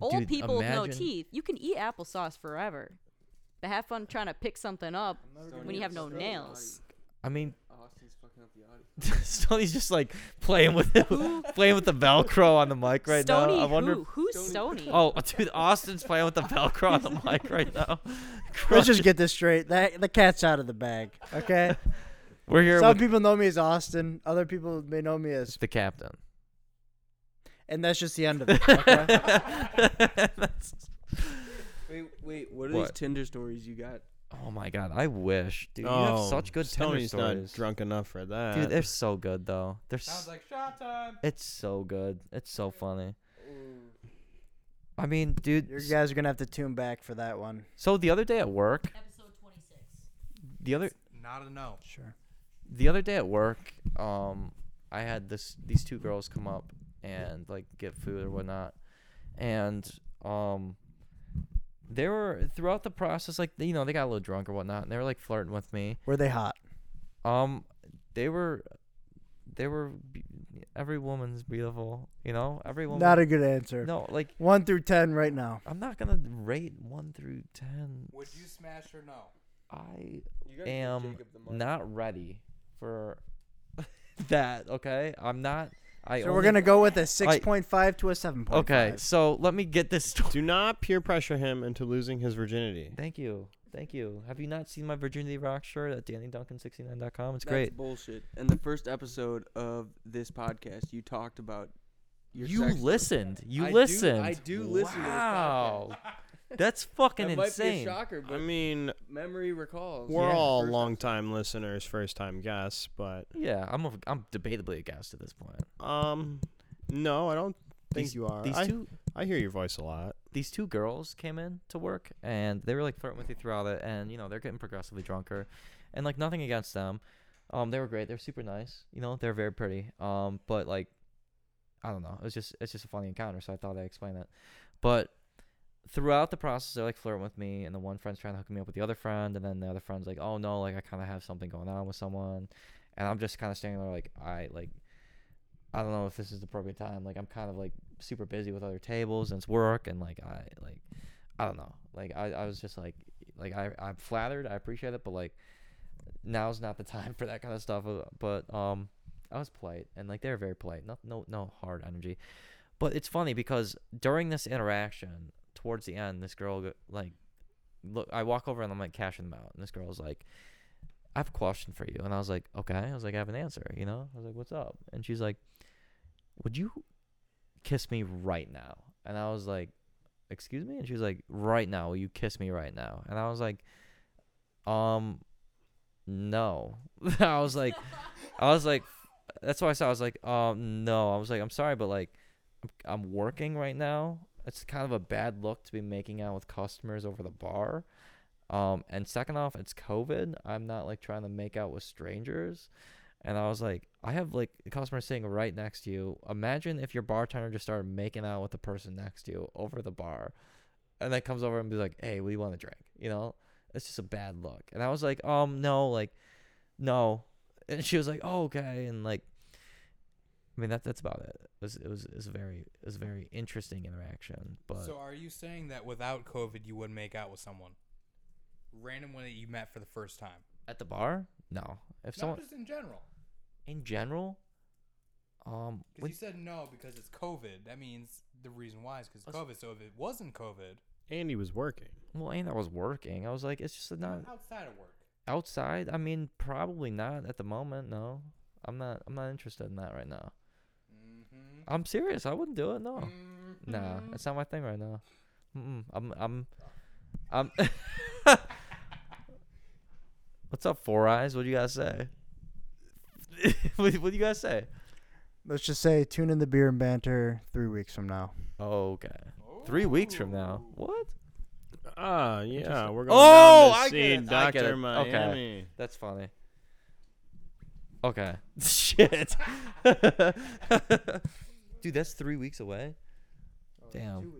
Old
Dude,
people with no
imagine-
teeth, you can eat applesauce forever. But have fun trying to pick something up when you have no nails.
I mean,
Oh, Austin's fucking up the audio.
[laughs] Stoney's just like playing with [laughs] playing with the Velcro on the mic right
Stony,
now. I wonder.
who? Who's Stony?
Oh, [laughs] dude, Austin's playing with the
[laughs]
Velcro on the mic right now. [laughs]
Let's just get this straight. That the cat's out of the bag. [laughs] Okay.
We're here
Some
with
people know me as Austin. Other people may know me as, [laughs]
the captain.
and that's just the end of [laughs] it. Okay?
[laughs] That's-
Wait, wait, what are these
What?
Tinder stories you got?
oh my god, I wish, dude. you have such good Tinder
Tony's
stories.
Oh, not drunk enough for that.
Dude, they're so good though. They're s-
Sounds like shot time.
[laughs] it's so good. It's so funny. I mean, dude.
you
s-
guys are gonna have to tune back for that one.
So the other day at work, the other
Not a no.
Sure.
the other day at work, um, I had this these two girls come up and like get food or whatnot, and um, they were throughout the process like you know they got a little drunk or whatnot, and they were like flirting with me.
Were they hot?
Um, they were, they were be- every woman's beautiful, you know, every woman.
Not a good answer.
no, like
One through ten right now.
I'm not gonna rate one through ten.
Would you smash or no?
I
You gotta give
am
Jacob the mic.
not ready for [laughs] that. Okay, I'm not. I
So we're
only-
gonna go with a six point five to a seven point five.
Okay, so let me get this. Sto-
Do not peer pressure him into losing his virginity.
Thank you, thank you. Have you not seen my virginity rock shirt at DannyDuncan69.com? It's
That's
great.
bullshit. In the first episode of this podcast, you talked about your
You
sex-
listened. You
I do-
listened.
I do listen to this podcast.
Wow, that's fucking
[laughs] That might be a
insane.
shocker, but
I mean,
memory recalls.
we're
Yeah.
all
First
long time listeners, first time guests, but
Yeah, I'm a, I'm debatably a guest at this point.
um, no, I don't think
These-
you are.
These
I,
two
I hear your voice a lot.
these two girls came in to work and they were like flirting with you throughout it and you know they're getting progressively drunker and like nothing against them um they were great they're super nice you know they're very pretty um but like i don't know it was just it's just a funny encounter so i thought i'd explain it but throughout the process they're like flirting with me and the one friend's trying to hook me up with the other friend and then the other friend's like oh no like i kind of have something going on with someone and i'm just kind of standing there like i like i don't know if this is the appropriate time like i'm kind of like super busy with other tables and it's work and like I like I don't know. Like I, I was just like like I I'm flattered, I appreciate it, but like now's not the [laughs] time for that kind of stuff. Uh, But um I was polite and like they were very polite. No no no hard energy. But it's funny because during this interaction towards the end this girl go- like look I walk over and I'm like cashing them out and this girl's like I have a question for you and I was like okay I was like I have an answer you know I was like what's up and she's like would you kiss me right now. And I was like, excuse me? And she was like, right now. Will you kiss me right now? And I was like, um, no. [laughs] I was like, I was like, that's why I said I was like, um, no. I was like, I'm sorry, but like, I'm, I'm working right now. It's kind of a bad look to be making out with customers over the bar. Um, and second off, it's COVID. I'm not like trying to make out with strangers. And I was like, I have like a customer sitting right next to you. Imagine if your bartender just started making out with the person next to you over the bar and then comes over and be like, Hey, what do you want to drink? You know? It's just a bad look. And I was like, um, no, like, no. And she was like, Oh, okay and like I mean that that's about it. It was it was, it was a very it was a very interesting interaction. But
So are you saying that without COVID you would make out with someone? Random one that you met for the first time.
at the bar? No. If
Not
someone
just in general.
in general, um
Because
when-
you said no because it's COVID. That means the reason why is because
Let's-
COVID. So if it wasn't COVID,
Andy was working.
Well, and I was working. I was like, it's just not
Outside of work.
outside. I mean, probably not at the moment. No, I'm not. I'm not interested in that right now.
Mm-hmm.
I'm serious. I wouldn't do it. No, nah, that's not my thing right now. Mm-mm. I'm. I'm. I'm. [laughs] What's up, Four Eyes? What do you guys say? [laughs] what, what do you guys say?
Let's just say tune in the beer and banter three weeks from now.
Okay. Three weeks from now. What?
Ah, yeah,
Interesting.
we're going
Oh,
down to
I get
see
it, I get
Doctor
it. Okay.
Miami.
That's funny. Okay. [laughs] Shit. [laughs] Dude, that's three weeks away.
Oh,
Damn.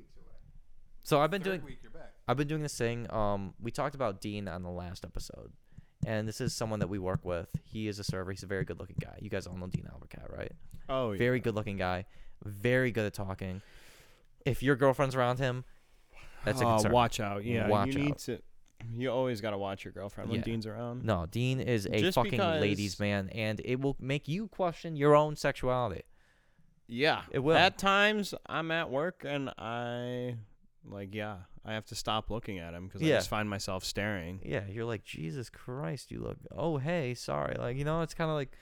So I've been
Third
doing
week you're back.
I've been doing this thing. Um, we talked about Dean on the last episode, and this is someone that we work with. He is a server. He's a very good looking guy. You guys all know Dean Albercat, right?
Oh, yeah.
Very good looking guy. Very good at talking. If your girlfriend's around him, that's a
Oh,
concern.
watch out. Yeah,
Watch
you need
out.
to. You always gotta watch your girlfriend when
Yeah.
Dean's around.
No, Dean is a
Just
fucking ladies man,
because-
and it will make you question your own sexuality.
Yeah,
It will.
At times, I'm at work and I, like, yeah, I have to stop looking at him because
Yeah.
I just find myself staring.
Yeah, you're like Jesus Christ. You look. Oh hey, sorry. Like you know, it's kind of like.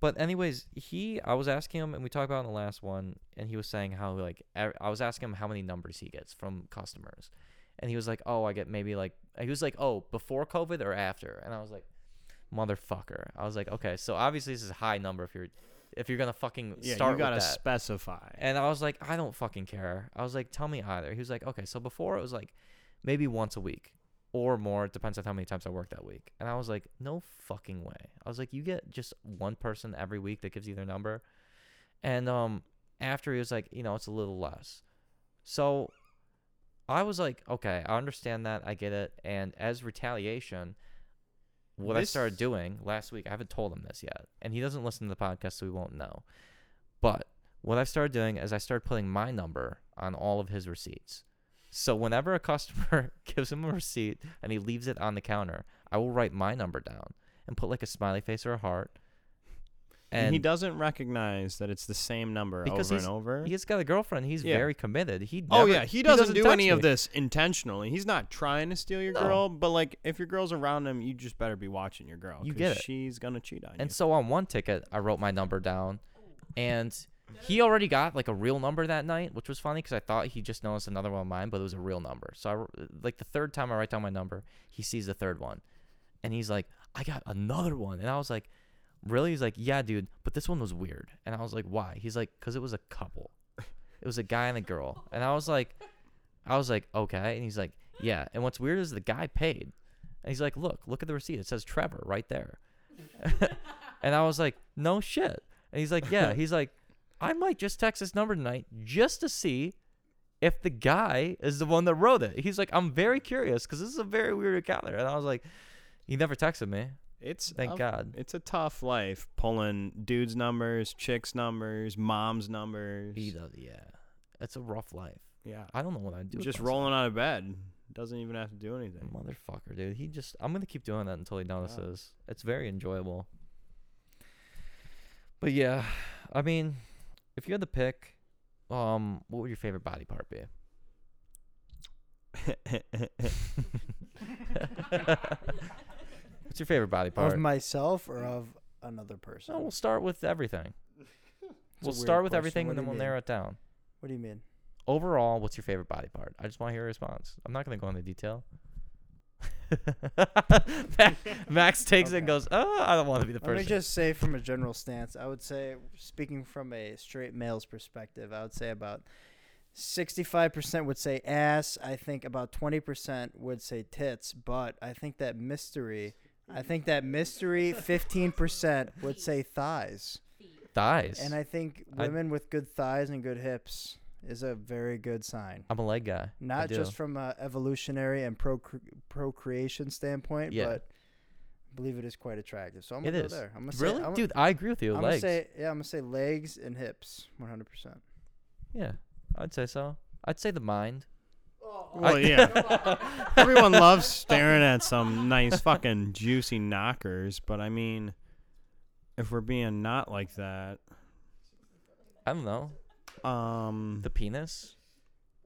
But anyways, he I was asking him, and we talked about it in the last one, and he was saying how like ev- I was asking him how many numbers he gets from customers, and he was like, oh, I get maybe like he was like, oh, before COVID or after, and I was like, motherfucker. I was like, okay, so obviously this is a high number if you're if you're gonna fucking
Yeah,
start
you gotta
with that.
specify.
And I was like, I don't fucking care. I was like, tell me either. He was like, okay, so before it was like maybe once a week or more. It depends on how many times I work that week. And I was like, no fucking way. I was like, you get just one person every week that gives you their number. And um, after he was like, you know, it's a little less. So I was like, okay, I understand that. I get it. And as retaliation, what I
This-
started doing last week, I haven't told him this yet. And he doesn't listen to the podcast, so he won't know. But what I've started doing is I started putting my number on all of his receipts. So whenever a customer [laughs] gives him a receipt and he leaves it on the counter, I will write my number down and put like a smiley face or a heart.
And, he doesn't recognize that it's the same number
Because
over and over.
He's got a girlfriend. He's
Yeah.
very committed. He
oh
never-
yeah, he doesn't, do
text
any of
me.
this intentionally. He's not trying to steal your
No.
girl, but like if your girl's around him, you just better be watching your girl.
You
'cause
get it.
She's gonna cheat on
And so on one ticket, I wrote my number down, and he already got like a real number that night, which was funny because I thought he just noticed another one of mine, but it was a real number. So I wr- like the third time I write down my number, he sees the third one, and he's like, "I got another one," and I was like, "Really?" He's like, "Yeah, dude, but this one was weird," and I was like, "Why?" He's like, "Cause it was a couple, it was a guy and a girl," and I was like, "I was like, okay," and he's like, "Yeah," and what's weird is the guy paid. And he's like, look, look at the receipt. It says Trevor right there. and I was like, no shit. And he's like,
[laughs]
yeah. He's like, I might just text this number tonight just to see if the guy is the one that wrote it. He's like, I'm very curious because this is a very weird encounter. And I was like, he never texted me.
you. It's
Thank
a-
God.
It's a tough life pulling dudes' numbers, chicks' numbers, mom's numbers.
He does, yeah. It's a rough life.
Yeah.
I don't know what I'd do. with
just
myself.
rolling out of bed. Doesn't even have to do anything.
Motherfucker, dude. He just. I'm gonna keep doing that until he notices. It's very enjoyable. But yeah, I mean, if you had to pick, um, what would your favorite body part be? What's your favorite body part?
Of myself or of another person?
so we'll start with everything.
[laughs] It's a
We'll
weird
start with
question.
everything,
What
and
do
then
you
we'll
mean?
narrow it down.
What do you mean?
Overall, what's your favorite body part? I just want to hear a response. I'm not gonna go into detail. [laughs] Max, Max takes it and
Okay.
goes, "Oh, I don't want to be the
Let me
person."
just say, from a general stance, I would say, speaking from a straight male's perspective, I would say about 65% would say ass. I think about 20% would say tits, but I think that mystery, I think that mystery 15% would say thighs.
Thighs.
And I think
I-
women with good thighs and good hips is a very good sign.
I'm a leg guy. I
Not
do.
just from a evolutionary and procre- procreation standpoint,
Yeah.
but I believe it is quite attractive. So I'm
It
gonna go
is.
there. I'm gonna
really,
say, I'm,
dude. I agree with you.
I'm
legs.
gonna say yeah. I'm gonna say legs and hips, 100. percent
yeah, I'd say so. I'd say the mind.
Well, yeah. [laughs] Everyone loves staring at [laughs] some nice fucking juicy knockers, but I mean, if we're being not like that,
[laughs] I don't know.
um,
The penis.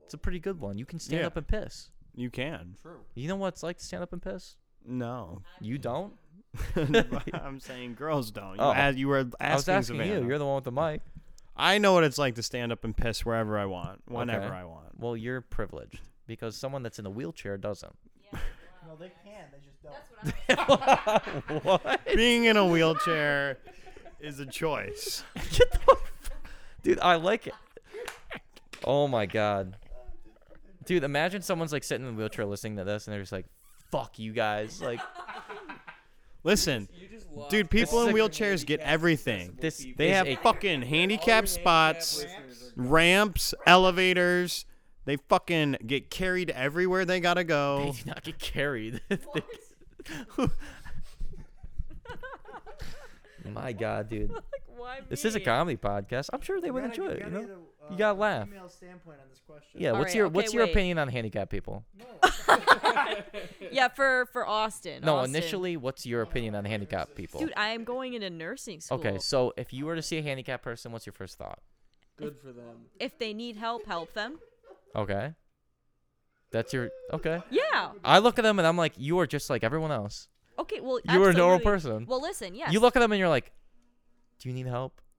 It's a pretty good one. You can stand
Yeah.
up and piss.
You can.
True.
You know what it's like to stand up and piss?
No. [laughs]
You don't?
I'm saying girls don't. You,
Oh.
a- you were asking,
I was asking
Savannah.
you. You're the one with the mic.
I know what it's like to stand up and piss wherever I want, whenever
Okay.
I want.
Well, you're privileged because someone that's in a wheelchair doesn't.
[laughs] No, they can. They just don't.
[laughs] what?
[laughs] Being in a wheelchair is a choice.
Get the f- Dude, I like it. Oh my god. Dude, imagine someone's like sitting in the wheelchair listening to this and they're just like, fuck you guys.
[laughs]
Like
Listen, dude, people in wheelchairs get everything.
this
They
is
have
a- [laughs]
fucking handicap spots, ramps, elevators. They fucking get carried everywhere they gotta
they
go.
do not get carried. [laughs]
[laughs]
my god,
[laughs]
dude.
Like, why
This is a
me?
comedy podcast. I'm sure they would enjoy it. You know? You gotta laugh.
uh, Female standpoint on this question.
Yeah,
All
what's
right,
your
okay,
what's your
wait.
opinion on handicapped people?
Yeah, for for Austin.
No,
Austin.
initially, what's your opinion on handicapped people?
Dude, I am going into nursing school.
okay, so if you were to see a handicapped person, what's your first thought?
Good for them.
if they need help, help them.
Okay. That's your okay.
Yeah.
I look at them and I'm like, you are just like everyone else.
Okay. Well,
You are a normal
absolutely.
person.
Well, listen. Yes.
You look at them and you're like, do you need help?
[laughs]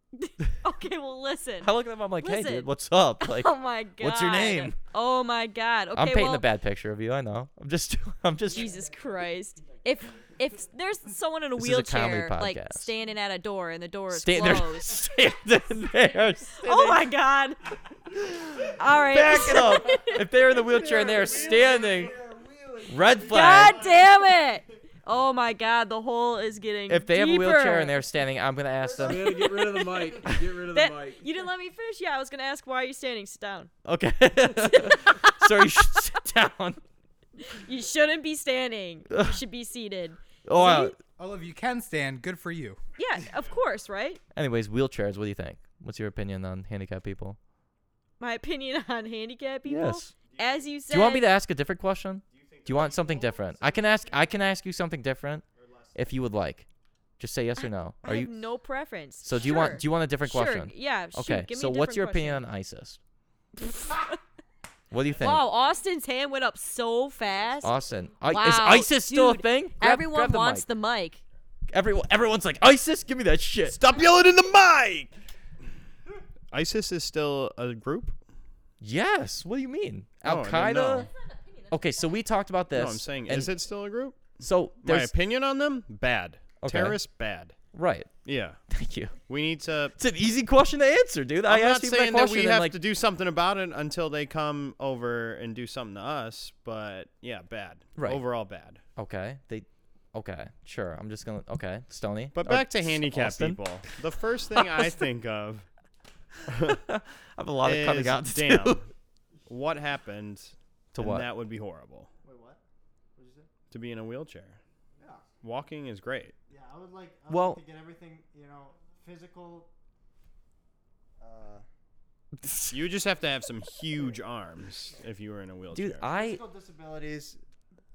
Okay. Well, listen.
I look at them. I'm like, hey,
Listen.
dude, what's
[laughs]
up? Like,
oh my god.
what's your name?
Oh my god. Okay.
I'm painting
well,
a bad picture of you. I know. I'm just, [laughs] I'm just.
Jesus Christ. If if there's someone in a
This is a comedy
wheelchair like
podcast.
standing at a door and the door is
Stand there, [laughs]
closed.
standing
[laughs]
there.
Oh my
[laughs]
god. All right.
Back it up. If they're in
[laughs]
the wheelchair and they're standing, red flag.
God damn it. Oh my god, the hole is getting
If they have a wheelchair and
deeper.
they're standing, I'm gonna ask
[laughs]
them.
Savannah, get rid of the [laughs] mic. Get rid of the
That-
mic.
you didn't let me finish. Yeah, I was gonna ask why are you standing? Sit down.
Okay. Sir, you should [laughs] sit down.
You shouldn't be standing. You should
[laughs]
be seated.
Oh. wow.
See?
Oh, if you can stand, good for you.
Yeah, of course, right?
Anyways, wheelchairs. What do you think? What's your opinion on handicapped people?
My opinion [laughs] on handicapped people.
Yes.
As you said.
Do you want me to ask a different question? Do you want something different? I can ask. I can ask you something different, if you would like. Just say yes or no.
I
Are
have
you?
no preference.
So do you want?
Sure.
Do you want a different
Sure.
question?
Yeah. shoot,
Okay.
give me a
so what's
different
your opinion
question.
on
[laughs]
ISIS? what do you think,
Wow, Austin's hand went up so fast.
Austin? Uh, I-
wow.
Is ISIS still a
Dude,
thing? Grab-
everyone
grab the
wants
mic.
the mic.
Everyone, everyone's like ISIS. Give me that shit.
Stop yelling in the mic. ISIS is still a group.
Yes. What do you mean?
No,
Al
I didn't know.
Qaeda. Okay, so we talked about this.
No, I'm saying,
and
is it still a group?
So
My
there's
opinion on them, bad.
Okay.
Terrorists, bad.
right. [laughs]
Yeah,
Thank you.
we need to.
It's an easy question to answer, dude.
I'm
asked
not
people that
saying that
question
we
and,
have
like,
to do something about it until they come over and do something to us, but yeah, bad.
Right.
Overall, bad.
Okay. They. Okay. Sure. I'm just gonna. Okay. Stony.
But
or
back to
S-
handicapped
Austin.
people. The first
[laughs]
thing I think of
I have a lot of
is,
coming out to do.
damn, what happened?
[laughs] To
and
what?
That would be horrible.
Wait, what? What you say?
To be in a wheelchair.
Yeah.
Walking is great.
Yeah, I would like. I would
Well-
like to get everything you know physical. Uh,
You would just have to have some huge arms if you were in a wheelchair.
Dude, I.
physical disabilities,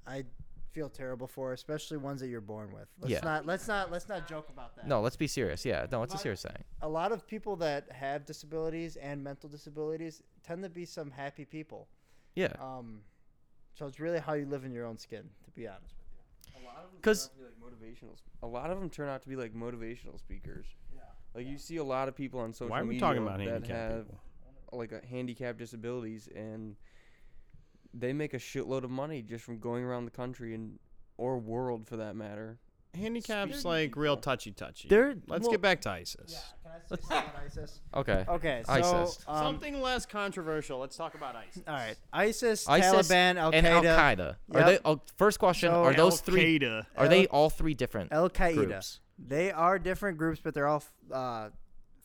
I feel terrible for, especially ones that you're born with. Let's
Yeah.
not let's not let's not joke about that.
No. Let's be serious. Yeah. No. It's a serious thing.
A lot of people that have disabilities and mental disabilities tend to be some happy people.
Yeah.
Um, so it's really how you live in your own skin, to be honest with you.
Because
motivational. A lot of them turn out to be like motivational speakers. Like you see a lot of people on social
Why are we
media
talking about
that
handicapped
have
people?
like a handicapped disabilities and they make a shitload of money just from going around the country and or world for that matter.
Handicaps
Speaking
like
people.
real touchy touchy.
They're-
Let's
well-
get back to ISIS.
Can I
[laughs]
say something about ISIS?
okay.
Oh,
Okay, so
ISIS.
um,
Something less controversial. Let's talk about ISIS.
All right, ISIS,
ISIS
Taliban, Al
and Al
Qaeda,
Qaeda. Are they?
Yep.
Oh, first question.
So-
are those three?
Al-Qaeda.
Are they all three different?
Al Qaeda.
groups?
They are different groups, but they're all f- uh,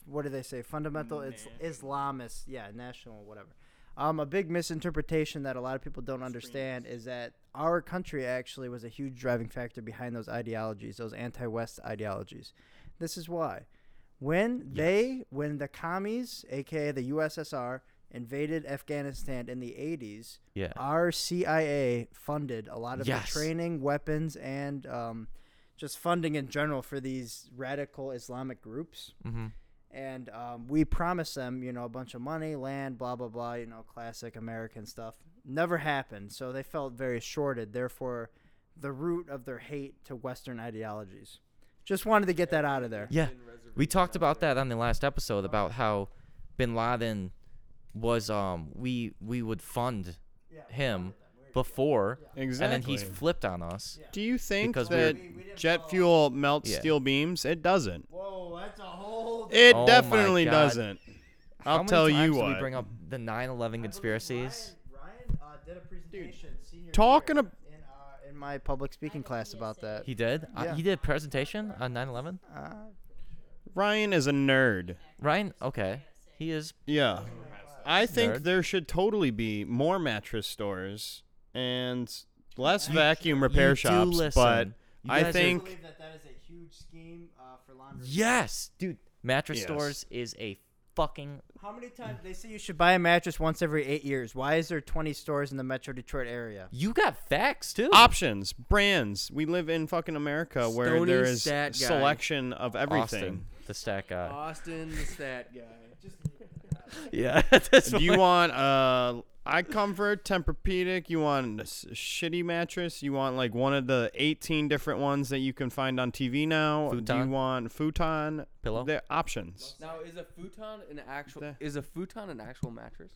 what do they say? Fundamental it's Islamist, yeah, national, whatever. Um, a big misinterpretation that a lot of people don't understand is that our country actually was a huge driving factor behind those ideologies, those anti-West ideologies. This is why, when they, when the commies, aka the USSR, invaded Afghanistan in the 80s,
Yeah.
our CIA funded a lot of
Yes.
the training, weapons, and um, just funding in general for these radical Islamic groups.
Mm-hmm.
And um, we promised them, you know, a bunch of money, land, blah, blah, blah, you know, classic American stuff. never happened, so they felt very shorted, therefore, the root of their hate to Western ideologies. Just wanted to get that out of there.
Yeah. We talked about that on the last episode about how Bin Laden was um we we would fund him before
Exactly.
and then he's flipped on us.
Do you think
Because we're-
that jet fuel melts
Yeah.
steel beams? It doesn't.
Whoa, that's a whole.
It
Oh my
definitely
God.
doesn't.
How
I'll
many
tell
times
you
did
what.
we bring up the 9/11 conspiracies.
Ryan, Ryan uh, did a presentation. senior
talking
year
ab-
in, uh, in my public speaking class about that.
He did. Uh,
Yeah.
he did a presentation on 9/11.
Ryan is a nerd.
Ryan, okay, he is.
Yeah. I think
Nerd.
there should totally be more mattress stores and less vacuum repair
you
shops,
Do listen.
but
You
I
guys are-
think
that that is a huge scheme uh, for laundry.
yes, dude. Mattress
Yes.
stores is a fucking
How many times they say you should buy a mattress once every eight years? Why is there 20 stores in the Metro Detroit area?
You got facts too.
options, brands. We live in fucking America where
Stoney
there is
stat guy.
selection of everything.
Austin, the stat guy.
Austin, the stat guy.
[laughs]
Yeah. that's
Do you
what-
want uh eye comfort, Tempur-Pedic? You want a s- shitty mattress? You want like one of the 18 different ones that you can find on TV now? Do
Futon? Oh.
you want futon?
Pillow?
There options.
Now, is a futon an actual?
The-
Is a futon an actual mattress?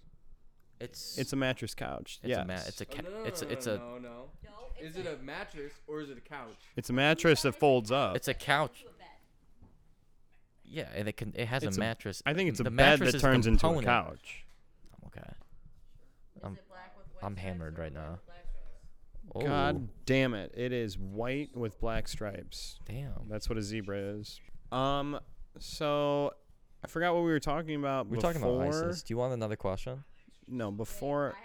It's
It's a mattress couch.
it's
yes.
a ma- it's a ca- it's a, it's a
Oh, no, no. Is it a mattress or is it a couch?
It's a mattress that folds up.
it's a couch. Yeah, and it can it has
It's
a
a-
mattress.
I think it's a
the
bed
mattress
that
is
turns into a
component.
couch.
Okay. I'm, I'm hammered right now. Oh,
God damn it. It is white with black stripes.
damn.
That's what a zebra is. Um so I forgot what we were talking about
We're
before.
talking about ISIS. Do you want another question?
No, before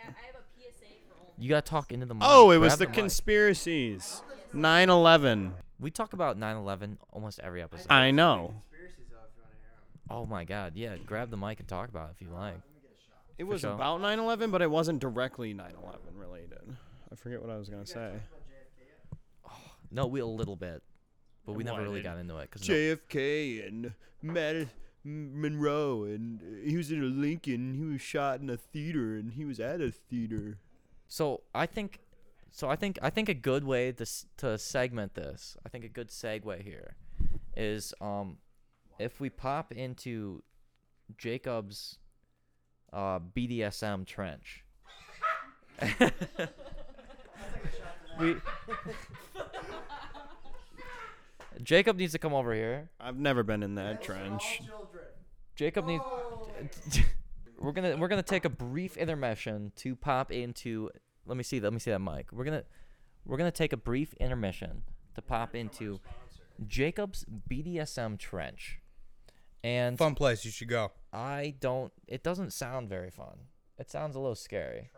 You gotta talk into the mic.
Oh, it was
Grab
the
mic.
conspiracies. 9/11.
We talk about 9/11 almost every episode.
I know.
oh my God, yeah. Grab the mic and talk about it if you like.
It was
sure.
about 9/11, but it wasn't directly 9/11 related. I forget what I was going to say.
No, we a little bit, but we never really
Why did-
got into it because
JFK and Madis- M- Monroe, and uh, he was in a Lincoln. He was shot in a theater, and he was at a theater.
So I think, so I think I think a good way to s- to segment this. I think a good segue here is um, if we pop into Jacob's uh, BDSM trench. [laughs] we. Jacob needs to come over here.
I've never been in that trench.
Jacob needs. [laughs] we're gonna we're gonna take a brief intermission to pop into. Let me see. Let me see that mic. We're gonna we're gonna take a brief intermission to pop into Jacob's BDSM trench, and
Fun place. You should go.
I don't. It doesn't sound very fun. It sounds a little scary.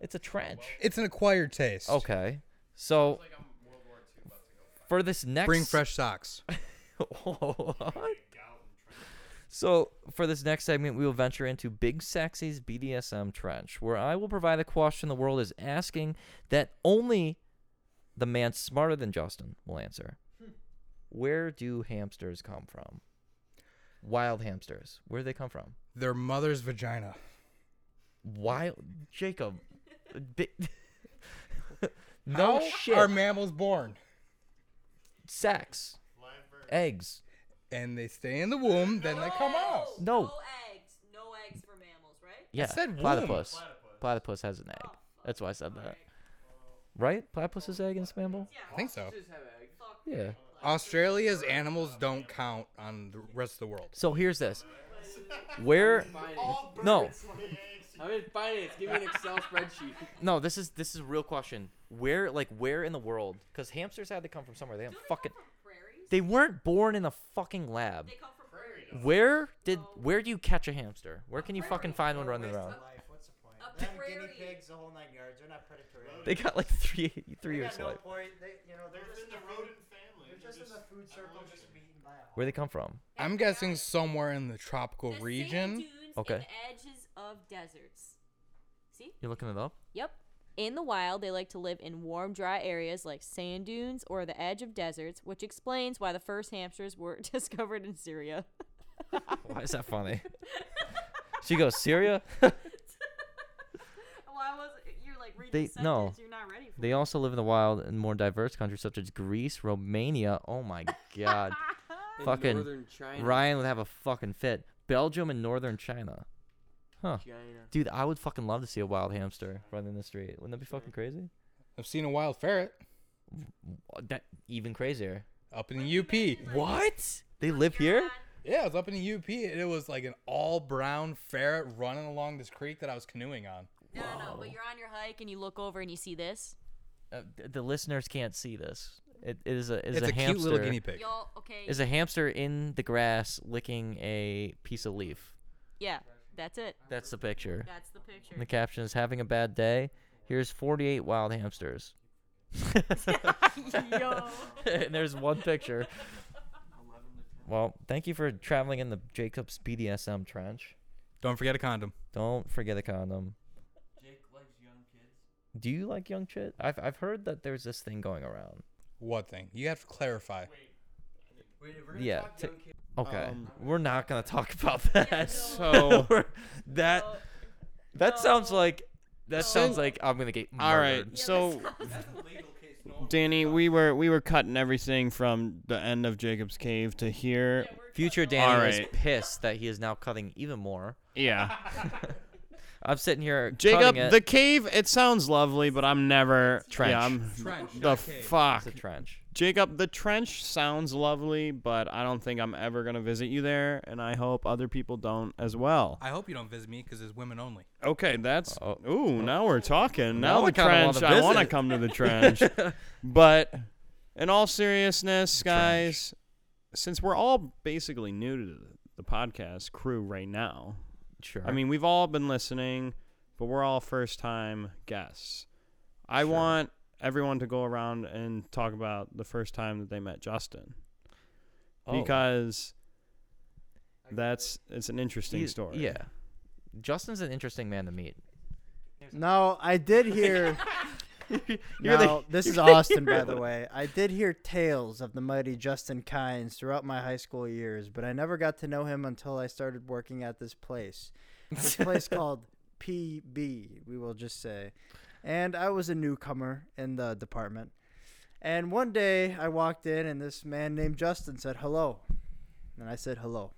It's a trench.
It's an acquired taste.
Okay, so for this next
Bring fresh socks.
[laughs] What? So, for this next segment, we will venture into Big Sexy's BDSM Trench, where I will provide a question the world is asking that only the man smarter than Justin will answer. Where do hamsters come from? Wild hamsters. Where do they come from?
Their mother's vagina.
Wild. Jacob. Bi- [laughs]
How
no shit.
Are mammals born?
Sex. Eggs.
And they stay in the womb, then they come out.
No.
No eggs. No eggs for mammals, right?
Yeah,
said womb.
platypus. Platypus has an egg. That's why I said that. Right? Platypus's egg in its mammal?
I think so.
Yeah.
Australia's animals don't count on the rest of the world.
So here's this. Where? No,
I'm in finance. Give me an Excel [laughs] spreadsheet.
no. This is this is a real question. Where, like, where in the world? Because hamsters had to come from somewhere. They don't fucking.
Prairies.
They weren't born in a fucking lab.
They come from prairies.
Where did? Where do you catch a hamster? Where can you fucking find one running around?
What's the point?
A
Them
prairie.
guinea pigs, the whole nine yards. They're not predatory.
They got like three three
They
years
got
life.
no point. They, you know,
[laughs]
they're just in the rodent family. They're just in the food circle, just being eaten by a
Where they come from?
I'm guessing somewhere in the tropical
The
region.
Sand dunes
Okay.
And edges of deserts. See?
You looking it up?
Yep. In the wild, they like to live in warm, dry areas like sand dunes or the edge of deserts, which explains why the first hamsters were [laughs] discovered in Syria.
Why is that [laughs] funny? she goes Syria. [laughs]
Why was you're like read
They-
they,
no.
You're not ready for
They
it.
also live in the wild in more diverse countries such as Greece, Romania. Oh
[laughs]
my god.
In
Fucking
northern China.
Ryan would have a fucking fit. Belgium and northern China. Huh.
China.
Dude, I would fucking love to see a wild hamster running the street. Wouldn't that be fucking crazy?
I've seen a wild ferret
Wha- That even crazier.
up in the UP.
What? They live here?
Yeah, I was up in the UP and it was like an all brown ferret running along this creek that I was canoeing on.
No, no, no. But you're on your hike and you look over and you see this.
Uh, th- the listeners can't see this. It, it is a is
it's a,
hamster
cute little guinea pig.
Y'all, okay.
is a hamster in the grass licking a piece of leaf.
yeah, that's it.
That's the picture.
That's the picture.
And the caption is having a bad day. Here's 48 wild
[laughs]
hamsters.
[laughs]
[laughs]
Yo.
and [laughs] there's one picture. Well, thank you for traveling in the Jacob's BDSM trench.
Don't forget a condom.
Don't forget a condom. Do you like young chicks? I've I've heard that there's this thing going around.
What thing? You have to clarify.
Yeah. t- okay.
Um,
We're not gonna talk about that.
[laughs] So
We're- that that sounds like that sounds like I'm gonna get murdered.
all right. So Danny, we were we were cutting everything from the end of Jacob's cave to here.
Future Danny is
right.
pissed that he is now cutting even more.
Yeah.
I'm sitting here.
Jacob,
cutting it.
the cave, it sounds lovely, but I'm never
Trench.
Yeah, I'm,
Trench,
the
not cave.
fuck.
it's a trench.
Jacob, the trench sounds lovely, but I don't think I'm ever going to visit you there, and I hope other people don't as well.
I hope you don't visit me because it's women only.
Okay, that's
Uh-oh.
Ooh, now we're talking.
Now I
Now, the
kinda wanna
trench. I want to
visit.
come
[laughs]
to the trench. but in all seriousness, guys, since we're all basically new to the- the podcast crew right now,
Sure.
I mean, we've all been listening, but we're all first time guests. I
Sure.
want everyone to go around and talk about the first time that they met Justin
Oh,
because that's it's an interesting
he-
story.
Yeah. Justin's an interesting man to meet.
No, I
[laughs]
did hear.
You're the-
now, this
you're [laughs]
is
the
Austin, by
hero.
the way. I did hear tales of the mighty Justin Kynes throughout my high school years, but I never got to know him until I started working at this place. This
[laughs]
place called PB, we will just say. And I was a newcomer in the department. And one day I walked in, and this man named Justin said, Hello. And I said, Hello.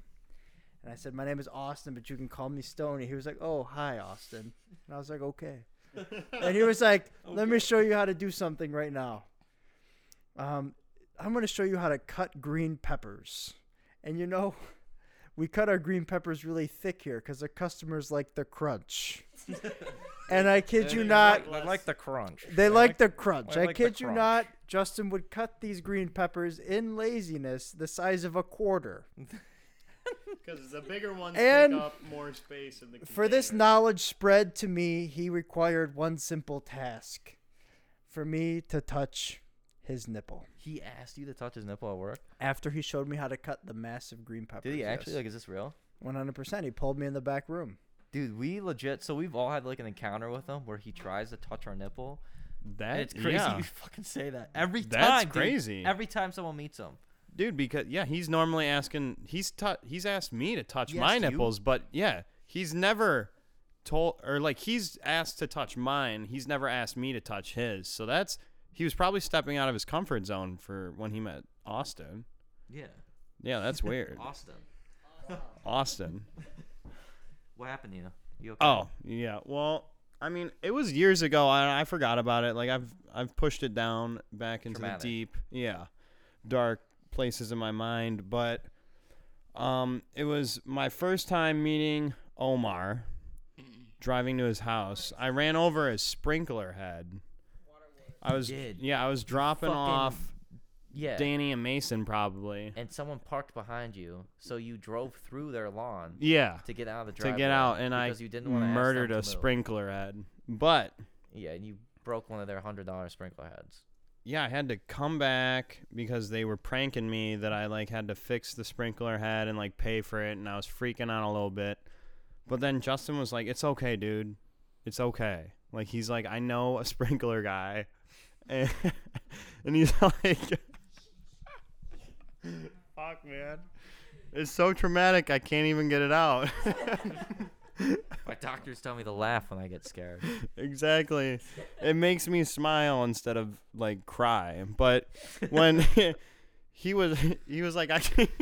And I said, My name is Austin, but you can call me Stony. He was like, Oh, hi, Austin. And I was like, Okay and he was like, "Let me show you how to do something right now. Um, I'm going to show you how to cut green peppers." And you know, we cut our green peppers really thick here because the customers like the crunch. and I kid you not,
I like the crunch.
they like the crunch.
I
I
like the
kid you
crunch.
not. Justin would cut these green peppers in laziness the size of a quarter.
Because the bigger ones
take And up
more space in the
For this knowledge spread to me, he required one simple task for me to touch his nipple.
He asked you to touch his nipple at work.
after he showed me how to cut the massive green peppers.
Did he actually? Like, is this real?
One hundred percent. He pulled me in the back room.
Dude, we legit. So we've all had like an encounter with him where he tries to touch our nipple.
that,
And it's crazy
yeah.
you fucking say that every time.
That's
dude.
crazy.
Every time someone meets him.
dude. Because yeah, he's normally asking. He's tou- he's asked me to touch
He asked
my
you?
nipples, but yeah, he's never told or like he's asked to touch mine. He's never asked me to touch his. So that's he was probably stepping out of his comfort zone for when he met Austin.
Yeah.
Yeah, that's weird.
[laughs] Austin,
Austin.
what happened to you? You okay?
Oh yeah. Well, I mean, it was years ago. I I forgot about it. Like I've I've pushed it down back into
Traumatic.
the deep, yeah, dark places in my mind. But um, it was my first time meeting Omar, driving to his house. I ran over his sprinkler head. I was
did.
yeah, I was dropping
Fucking
off
yeah.
Danny and Mason probably.
And someone parked behind you, so you drove through their lawn
Yeah.
to get out of the
To
driveway.
get out, and I
because you didn't wanna ask them
murdered
to
a
move.
sprinkler head. But
Yeah, and you broke one of their hundred dollar sprinkler heads.
yeah, I had to come back because they were pranking me that I like had to fix the sprinkler head and like pay for it, and I was freaking out a little bit. But then Justin was like, "It's okay, dude. It's okay." Like he's like, "I know a [laughs] sprinkler guy," [laughs] and, and he's [laughs] like, "Fuck, man, it's so traumatic. I can't even get it out."
I doctors tell me to laugh when I get
[laughs]
scared.
[laughs] exactly. It makes me smile instead of like cry. But when [laughs] he was he was like I can [laughs]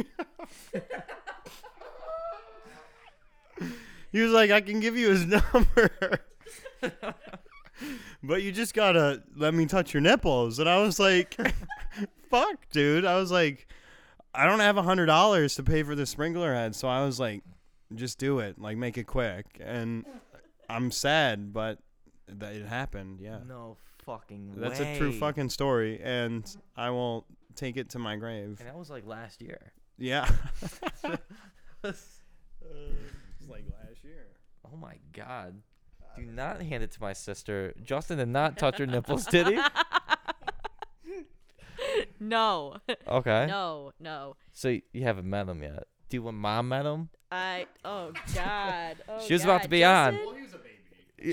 He was like I can give you his [laughs] number. but you just got to let me touch your nipples. And I was like [laughs] fuck, dude. I was like I don't have a $100 to pay for the sprinkler head, so I was like just do it, like make it quick. And I'm sad, but that it happened. Yeah.
No fucking way.
That's a true fucking story, and I will take it to my grave.
And that was like last year. [laughs]
Yeah. It's like last year.
Oh my god. Do not hand it to my sister. Justin did not touch her nipples, did
[laughs]
he?
No. [laughs]
Okay.
No, no.
So y- you haven't met him yet. Do you when mom met him?
I oh
[laughs]
god. Oh,
She was about
God.
to be on.
Justin-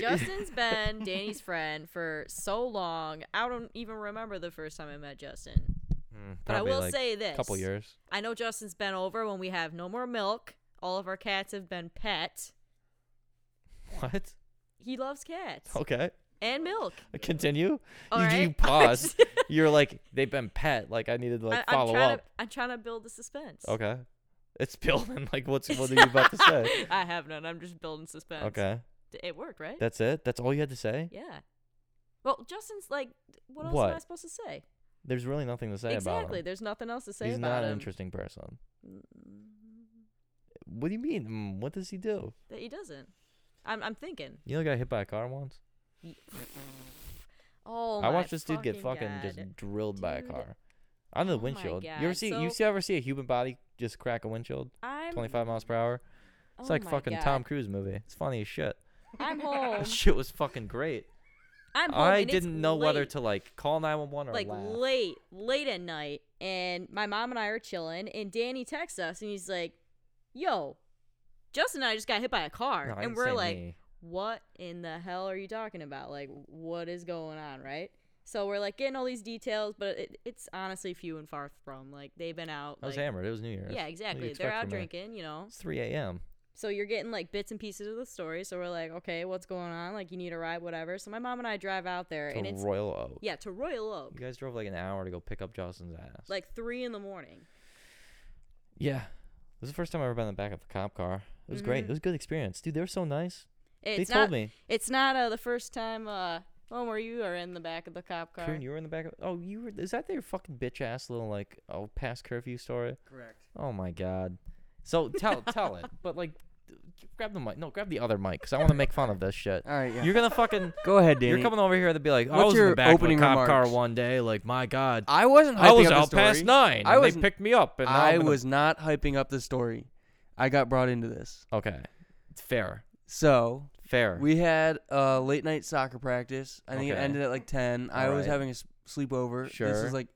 [laughs]
Justin's been Danny's friend for so long. I don't even remember the first time I met Justin.
Mm,
Hmm, But I
probably,
will
like,
say this.
couple years.
I know Justin's been over when we have no more milk. All of our cats have been pet. [laughs]
What?
He loves cats
Okay.
and milk.
Continue.
All
Oh. you,
right.
you
[laughs]
paused. You're like they've been pet. Like I needed to like
I, am
follow
trying
up.
To, I'm trying to build the suspense.
Okay. It's [laughs] building. Like what's what are you about
[laughs]
to say?
I have none. I'm just building suspense.
Okay.
D- It worked, right?
That's it. That's all you had to say.
yeah. Well, Justin's like, what else am I
What?
supposed to say?
There's really nothing to say about
exactly.
him.
There's nothing else to say
He's not
about
an
him Mm,
interesting person. What do you mean? Mm, What does he do?
that he doesn't. I'm, I'm thinking.
You know, got hit by a car once.
[sighs] Oh,
I
my
watched this dude get fucking
fucking God.
just drilled by a
Dude.
car. On the
Oh my
windshield. You ever
God.
see
So-
you see ever see a human body just crack a windshield?
I'm,
Twenty five miles per hour. It's
oh
like
my
fucking
God.
Tom Cruise movie. It's funny as
[laughs]
shit. [laughs]
I'm home.
That shit was fucking great.
I'm home.
I
and it's
didn't know whether
late.
to like call nine one one or
like
laugh.
late, late at night, and my mom and I are chilling, and Danny texts us, and he's like, "Yo, Justin and I just got hit by a car,"
No, I
and
didn't
we're
say
like,
me.
"What in the hell are you talking about? Like, what is going on?" Right? So we're like getting all these details, but it, it's honestly few and far from like they've been out.
I was
like-
hammered. It was New Year's. What
Yeah,
do you
exactly. They're
expect
out
from me?
drinking, you know.
It's three a.m.
So you're getting like bits and pieces of the story. So we're like, okay, what's going on? Like, you need a ride, whatever. So my mom and I drive out there,
to
and it's
Royal Oak.
yeah to Royal Oak.
You guys drove like an hour to go pick up Justin's ass.
like three in the morning.
yeah, it was the first time I ever been in the back of a cop car. It was
Mm-hmm.
great. It was a good experience, dude. They were so nice.
It's
they told
not,
me,
It's not uh, the first time. Uh, when were you are in the back of the cop car?
Kieran, you were in the back of. Oh, you were. Is that their fucking bitch ass little like oh past curfew story?
Correct.
Oh my god. So
[laughs]
tell tell it, but like, d- grab the mic. No, grab the other mic because I want to make fun of this shit.
All right. Uh, Yeah.
You're gonna fucking.
Go ahead, [laughs] Danny.
You're coming over here to be like, I
What's
was in the
your
back
opening
of a cop car
remarks?
one day. Like, my god,
I wasn't. Hyping
I was
up the
out past
story.
nine.
I
and they
wasn't-
picked me up, and now
I
I'm gonna-
was not hyping up the story. I got brought into this.
okay. It's fair,
So
fair.
we had a late night soccer practice. I think it
Okay.
ended at like ten. I
All
was
right.
having a s- sleepover. This
Sure.
is like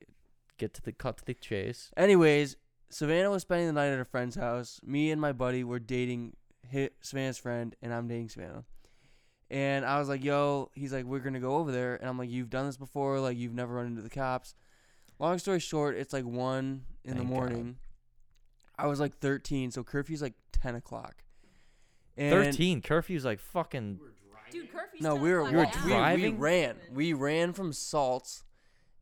get to the cut to the chase.
Anyways, Savannah was spending the night at her friend's house. Me and my buddy were dating hi Savannah's friend, and I'm dating Savannah. And I was like, yo, he's like, we're going to go over there. And I'm like, you've done this before. Like, you've never run into the cops. Long story short, it's like 1 in the
Thank God.
morning. I was like 13, so curfew's like 10 o'clock. And
Thirteen curfew's like fucking.
Dude, curfew's
No,
ten
we were,
o'clock
we, were
now.
we, we
driving?
ran. We ran from Salts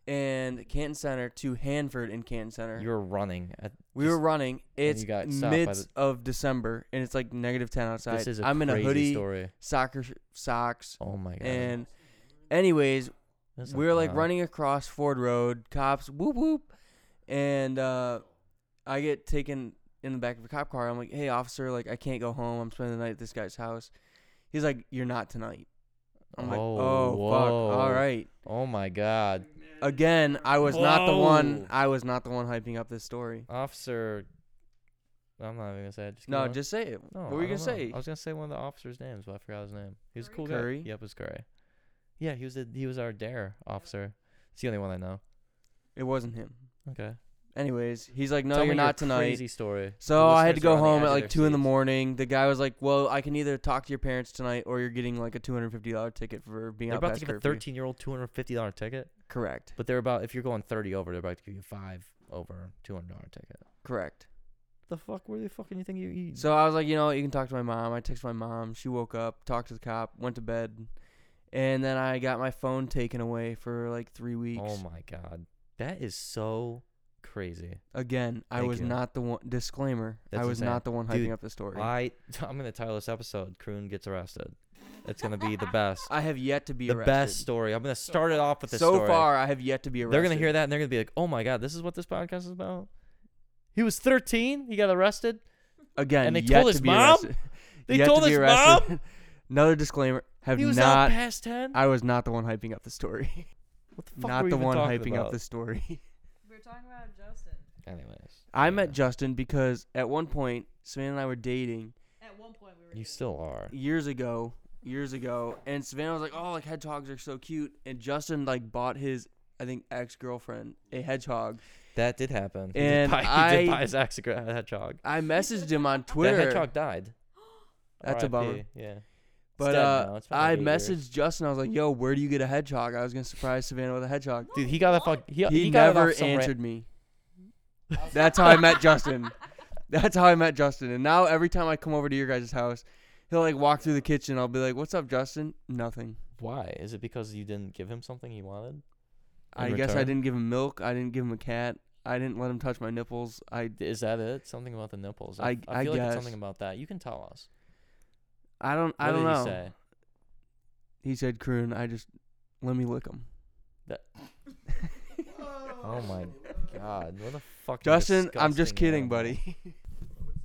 and Canton Center to Hanford in Canton Center.
You were running. At,
We were running. It's
you got stopped by
mid
the-
of December, and it's like negative ten outside.
This is a
I'm in a
crazy
hoodie,
story.
soccer sh- socks,
Oh my god.
and anyways,
That's
we were like
wild.
running across Ford Road. Cops, whoop whoop, and uh, I get taken in the back of a cop car. I'm like, hey officer, like I can't go home. I'm spending the night at this guy's house. He's like, you're not tonight. I'm like,
Oh,
oh fuck, all
whoa.
right.
Oh my god,
Again, I was not the one.
Whoa.
I was not the one hyping up this story.
officer. I'm not even gonna say. It. Just keep
No,
going.
just say it.
No,
what
I
were you gonna
don't know.
say?
I was gonna say one of the officers' names, but I forgot his name. He was a cool
Curry?
guy. Yep, it was Curry. Yeah, he was the, he was our dare officer. It's the only one I know.
It wasn't him.
Okay.
Anyways, he's like, no,
Tell me
you're
your
not tonight.
Crazy story.
So
The
I had to
listeners are
go
on the edge
home at
of
like
their
two in the
seats.
morning. The guy was like, well, I can either talk to your parents tonight or you're getting like a two hundred fifty dollar ticket for being
They're
out
about
past
to give a
curfew."
13 year old 250 dollar ticket,
Correct.
but they're about if you're going 30 over, they're about to give you five over 200 dollar ticket.
Correct.
The fuck? Where the fuck do you think you eat?
So I was like, you know, what, you can talk to my mom. I texted my mom. She woke up, talked to the cop, went to bed, and then I got my phone taken away for like three weeks.
Oh my god, that is so crazy.
Again, I
Thank
was
you.
not the one. Disclaimer:
That's
I was
insane.
not the one hyping
Dude,
up the story. I,
I [laughs] I'm gonna title this episode "Croon Gets Arrested." It's gonna be the best,
have yet to [laughs] be
the
arrested.
best story. I'm gonna start it off with this
so
story.
far, I have yet to be arrested.
they're gonna hear that and they're gonna be like, "Oh my god, this is what this podcast is about." He was 13. He got arrested.
again.
and they
yet
told
to
his
be
mom?
arrested.
They
Yet to
told
be
his
arrested. [laughs] Another disclaimer: have
He was out
not.
past 10.
I was not the one hyping up the story.
what the [laughs] fuck
Not
were
the
we even
one
talking
hyping
about?
up
[laughs]
the story.
We were talking about Justin.
Anyways,
I
yeah.
met Justin because at one point Savannah and I were dating
At one point, we were.
You still are.
years ago, years ago, and Savannah was like, "Oh, like hedgehogs are so cute," and Justin like bought his, I think, ex girlfriend a hedgehog.
That did happen. [laughs] He
And
did buy, he did
I-
buy his [laughs] ex a gra- hedgehog.
I messaged him
[laughs]
on
That
Twitter.
hedgehog died.
That's a
RIP,
bummer.
Yeah. It's
But
dead
uh,
now. It's been
I
like eight
messaged
years.
Justin. I was like, "Yo, where do you get a hedgehog?" I was gonna surprise Savannah with a hedgehog.
Dude, he got a fuck. He,
He,
he got it
never
off some ra-
answered me.
[laughs]
That's how I met Justin. That's how I met Justin. And now every time I come over to your guys' house, he'll like walk through the kitchen. I'll be like, "What's up, Justin?" Nothing.
Why? Is it because you didn't give him something he wanted?
I
In
guess I
return?
didn't give him milk. I didn't give him a cat. I didn't let him touch my nipples. I
Is that it? Something about the nipples.
I-
I, I
I
feel like
guess.
it's something about that. You can tell us.
I don't I
What
don't
did
know.
He say?
He said, "Croon, I just let me lick him."
[laughs]
Oh my god! What the fuck?
Justin, I'm just kidding, buddy.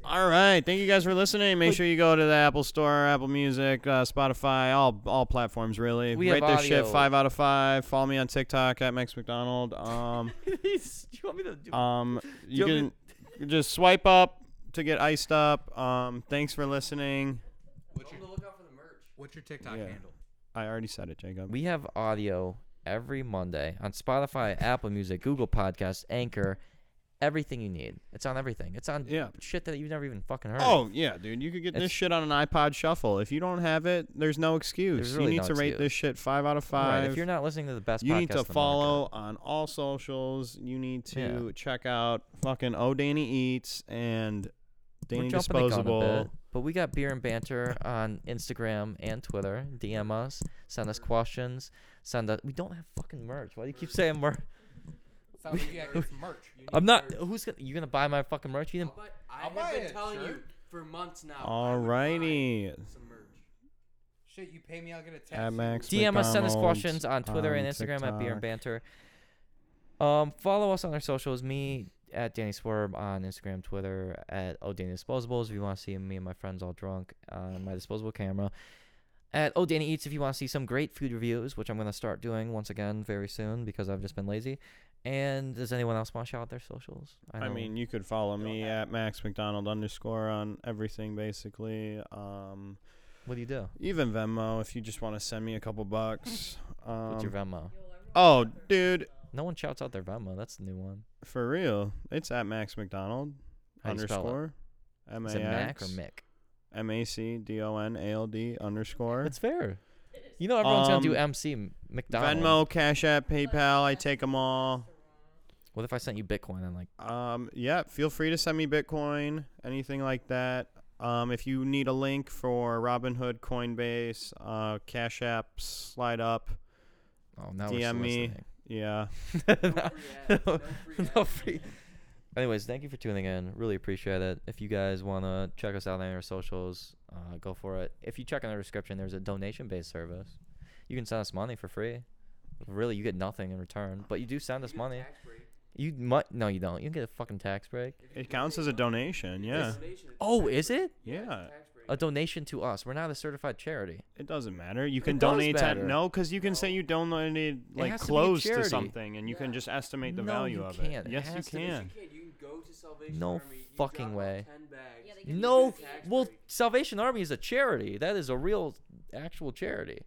All right. Thank you guys for listening. Make sure you go to the Apple Store, Apple Music, uh, Spotify, all all platforms really.
We
Rate
have
this shit
audio.
five out of five. Follow me on TikTok at Max McDonald. Um,
[laughs] He's, do you want me to [laughs] do?
um, you
Do you
can [laughs] just swipe up to get iced up. Um, thanks for listening.
What's your, what's your TikTok
Yeah.
handle?
I already said it, Jacob.
we have audio every Monday on Spotify, Apple Music, Google Podcasts, Anchor, everything you need. It's on everything. It's on
Yeah.
shit that you've never even fucking heard.
Oh yeah, dude! You could get this
It's-
shit on an iPod Shuffle. If you don't have it, there's no excuse.
There's really
you need
no
to rate
excuse.
this shit five out of
Right,
five.
if you're not listening to the best,
you need
podcast
to
on the
follow on all socials. You need to
Yeah.
check out fucking Oh Danny Eats and Danny
We're jumping the gun a
Disposable.
bit, but we got beer and banter on Instagram and Twitter. DM us, send us questions, send us. We don't have fucking merch. Why do you keep saying merch?
[laughs] Sounds like you gotta
[laughs]
get some merch. You need
I'm not.
merch.
Who's gonna? You gonna buy my fucking merch? You didn't-
I'll buy it, sure.
for months now. I would
Alrighty.
buy some merch.
Shit, you pay me, I'll get a tattoo.
At Max
DM us, send us
McDonald's
questions on Twitter and
on
Instagram at beer and
TikTok.
banter. Um, follow us on our socials. Me at Danny Swerve on Instagram, Twitter at Oh Danny Disposables. If you want to see me and my friends all drunk on my disposable camera. At Oh Danny Eats, if you want to see some great food reviews, which I'm gonna start doing once again very soon because I've just been lazy. And does anyone else want to shout out their socials?
I
know-
mean, you could follow me at Max McDonald underscore on everything basically. Um,
what do you do?
even Venmo if you just want to send me a couple bucks.
What's your
Um,
Venmo?
oh, dude,
No one shouts out their Venmo. That's the new one.
for real, it's at Max McDonald
How do you spell it?
underscore. M
Is
A
it Mac or
X
Mick?
M A C D O N A L D underscore.
That's fair. You know everyone's gonna do
Um,
MC M- McDonald.
Venmo, Cash App, PayPal. I take them all.
What if I sent you Bitcoin and like
Um, yeah, feel free to send me Bitcoin, anything like that. Um, if you need a link for Robinhood, Coinbase, uh, Cash App, Slide Up,
oh now we're
DM
still
me.
listening. [laughs]
yeah.
no, no, no free. [laughs] Anyways, thank you for tuning in. Really appreciate it. If you guys wanna check us out on our socials, uh, go for it. If you check in our description, there's a donation-based service. You can send us money for free. Really, you get nothing in return, but you do send us money. You might no, you don't. You get a fucking tax break.
It counts as a donation, yeah.
Oh, is it
Yeah,
a donation to us? We're not a certified charity.
it doesn't matter. You can
does
donate to
matter.
no, because you can say you donated like
has to be a
clothes to,
charity.
something, and you can just estimate the
No,
value
you
of
can't.
it.
It
Yes, you
has to be-
can.
No fucking way.
Yeah, they give you
No,
free
f-
tax
well, Salvation Army is a charity. That is a real, actual charity.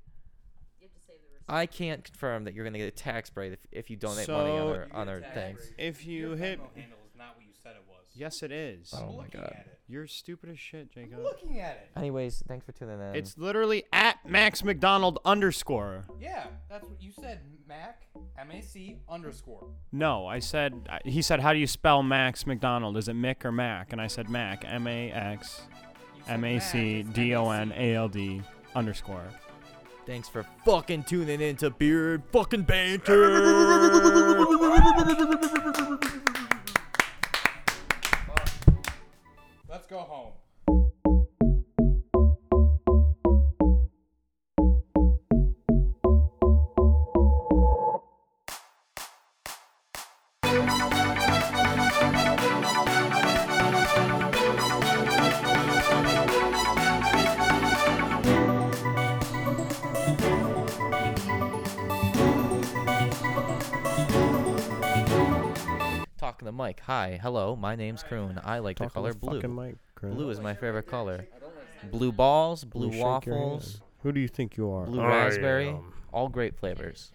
You have to save the receipt.
I can't confirm that you're gonna get a tax break if, if you donate money on
So-
our, on our things.
If you
Your
hit
Venmo handle is not what you said it was.
Yes, it is.
Oh
I'm
my
looking
God.
At it.
You're stupid as shit, Jacob.
I'm looking at it.
Anyways, thanks for tuning in.
It's literally at Max McDonald underscore.
Yeah, that's what you said. Mac M A C underscore.
No, I said. I- He said, "How do you spell Max McDonald? Is it Mick or Mac?" And I said, "Mac, M A X,
You said
M A C
Mac, it's
D O N
M A C.
A L D underscore."
Thanks for fucking tuning in to Beer and Fucking Banter.
Let's go home.
Talking to Mike. Hi, hello. My name's Croon. I like the color blue. Blue is my favorite color. Blue balls, blue waffles,
Who do you think you are?
blue raspberry, all great flavors.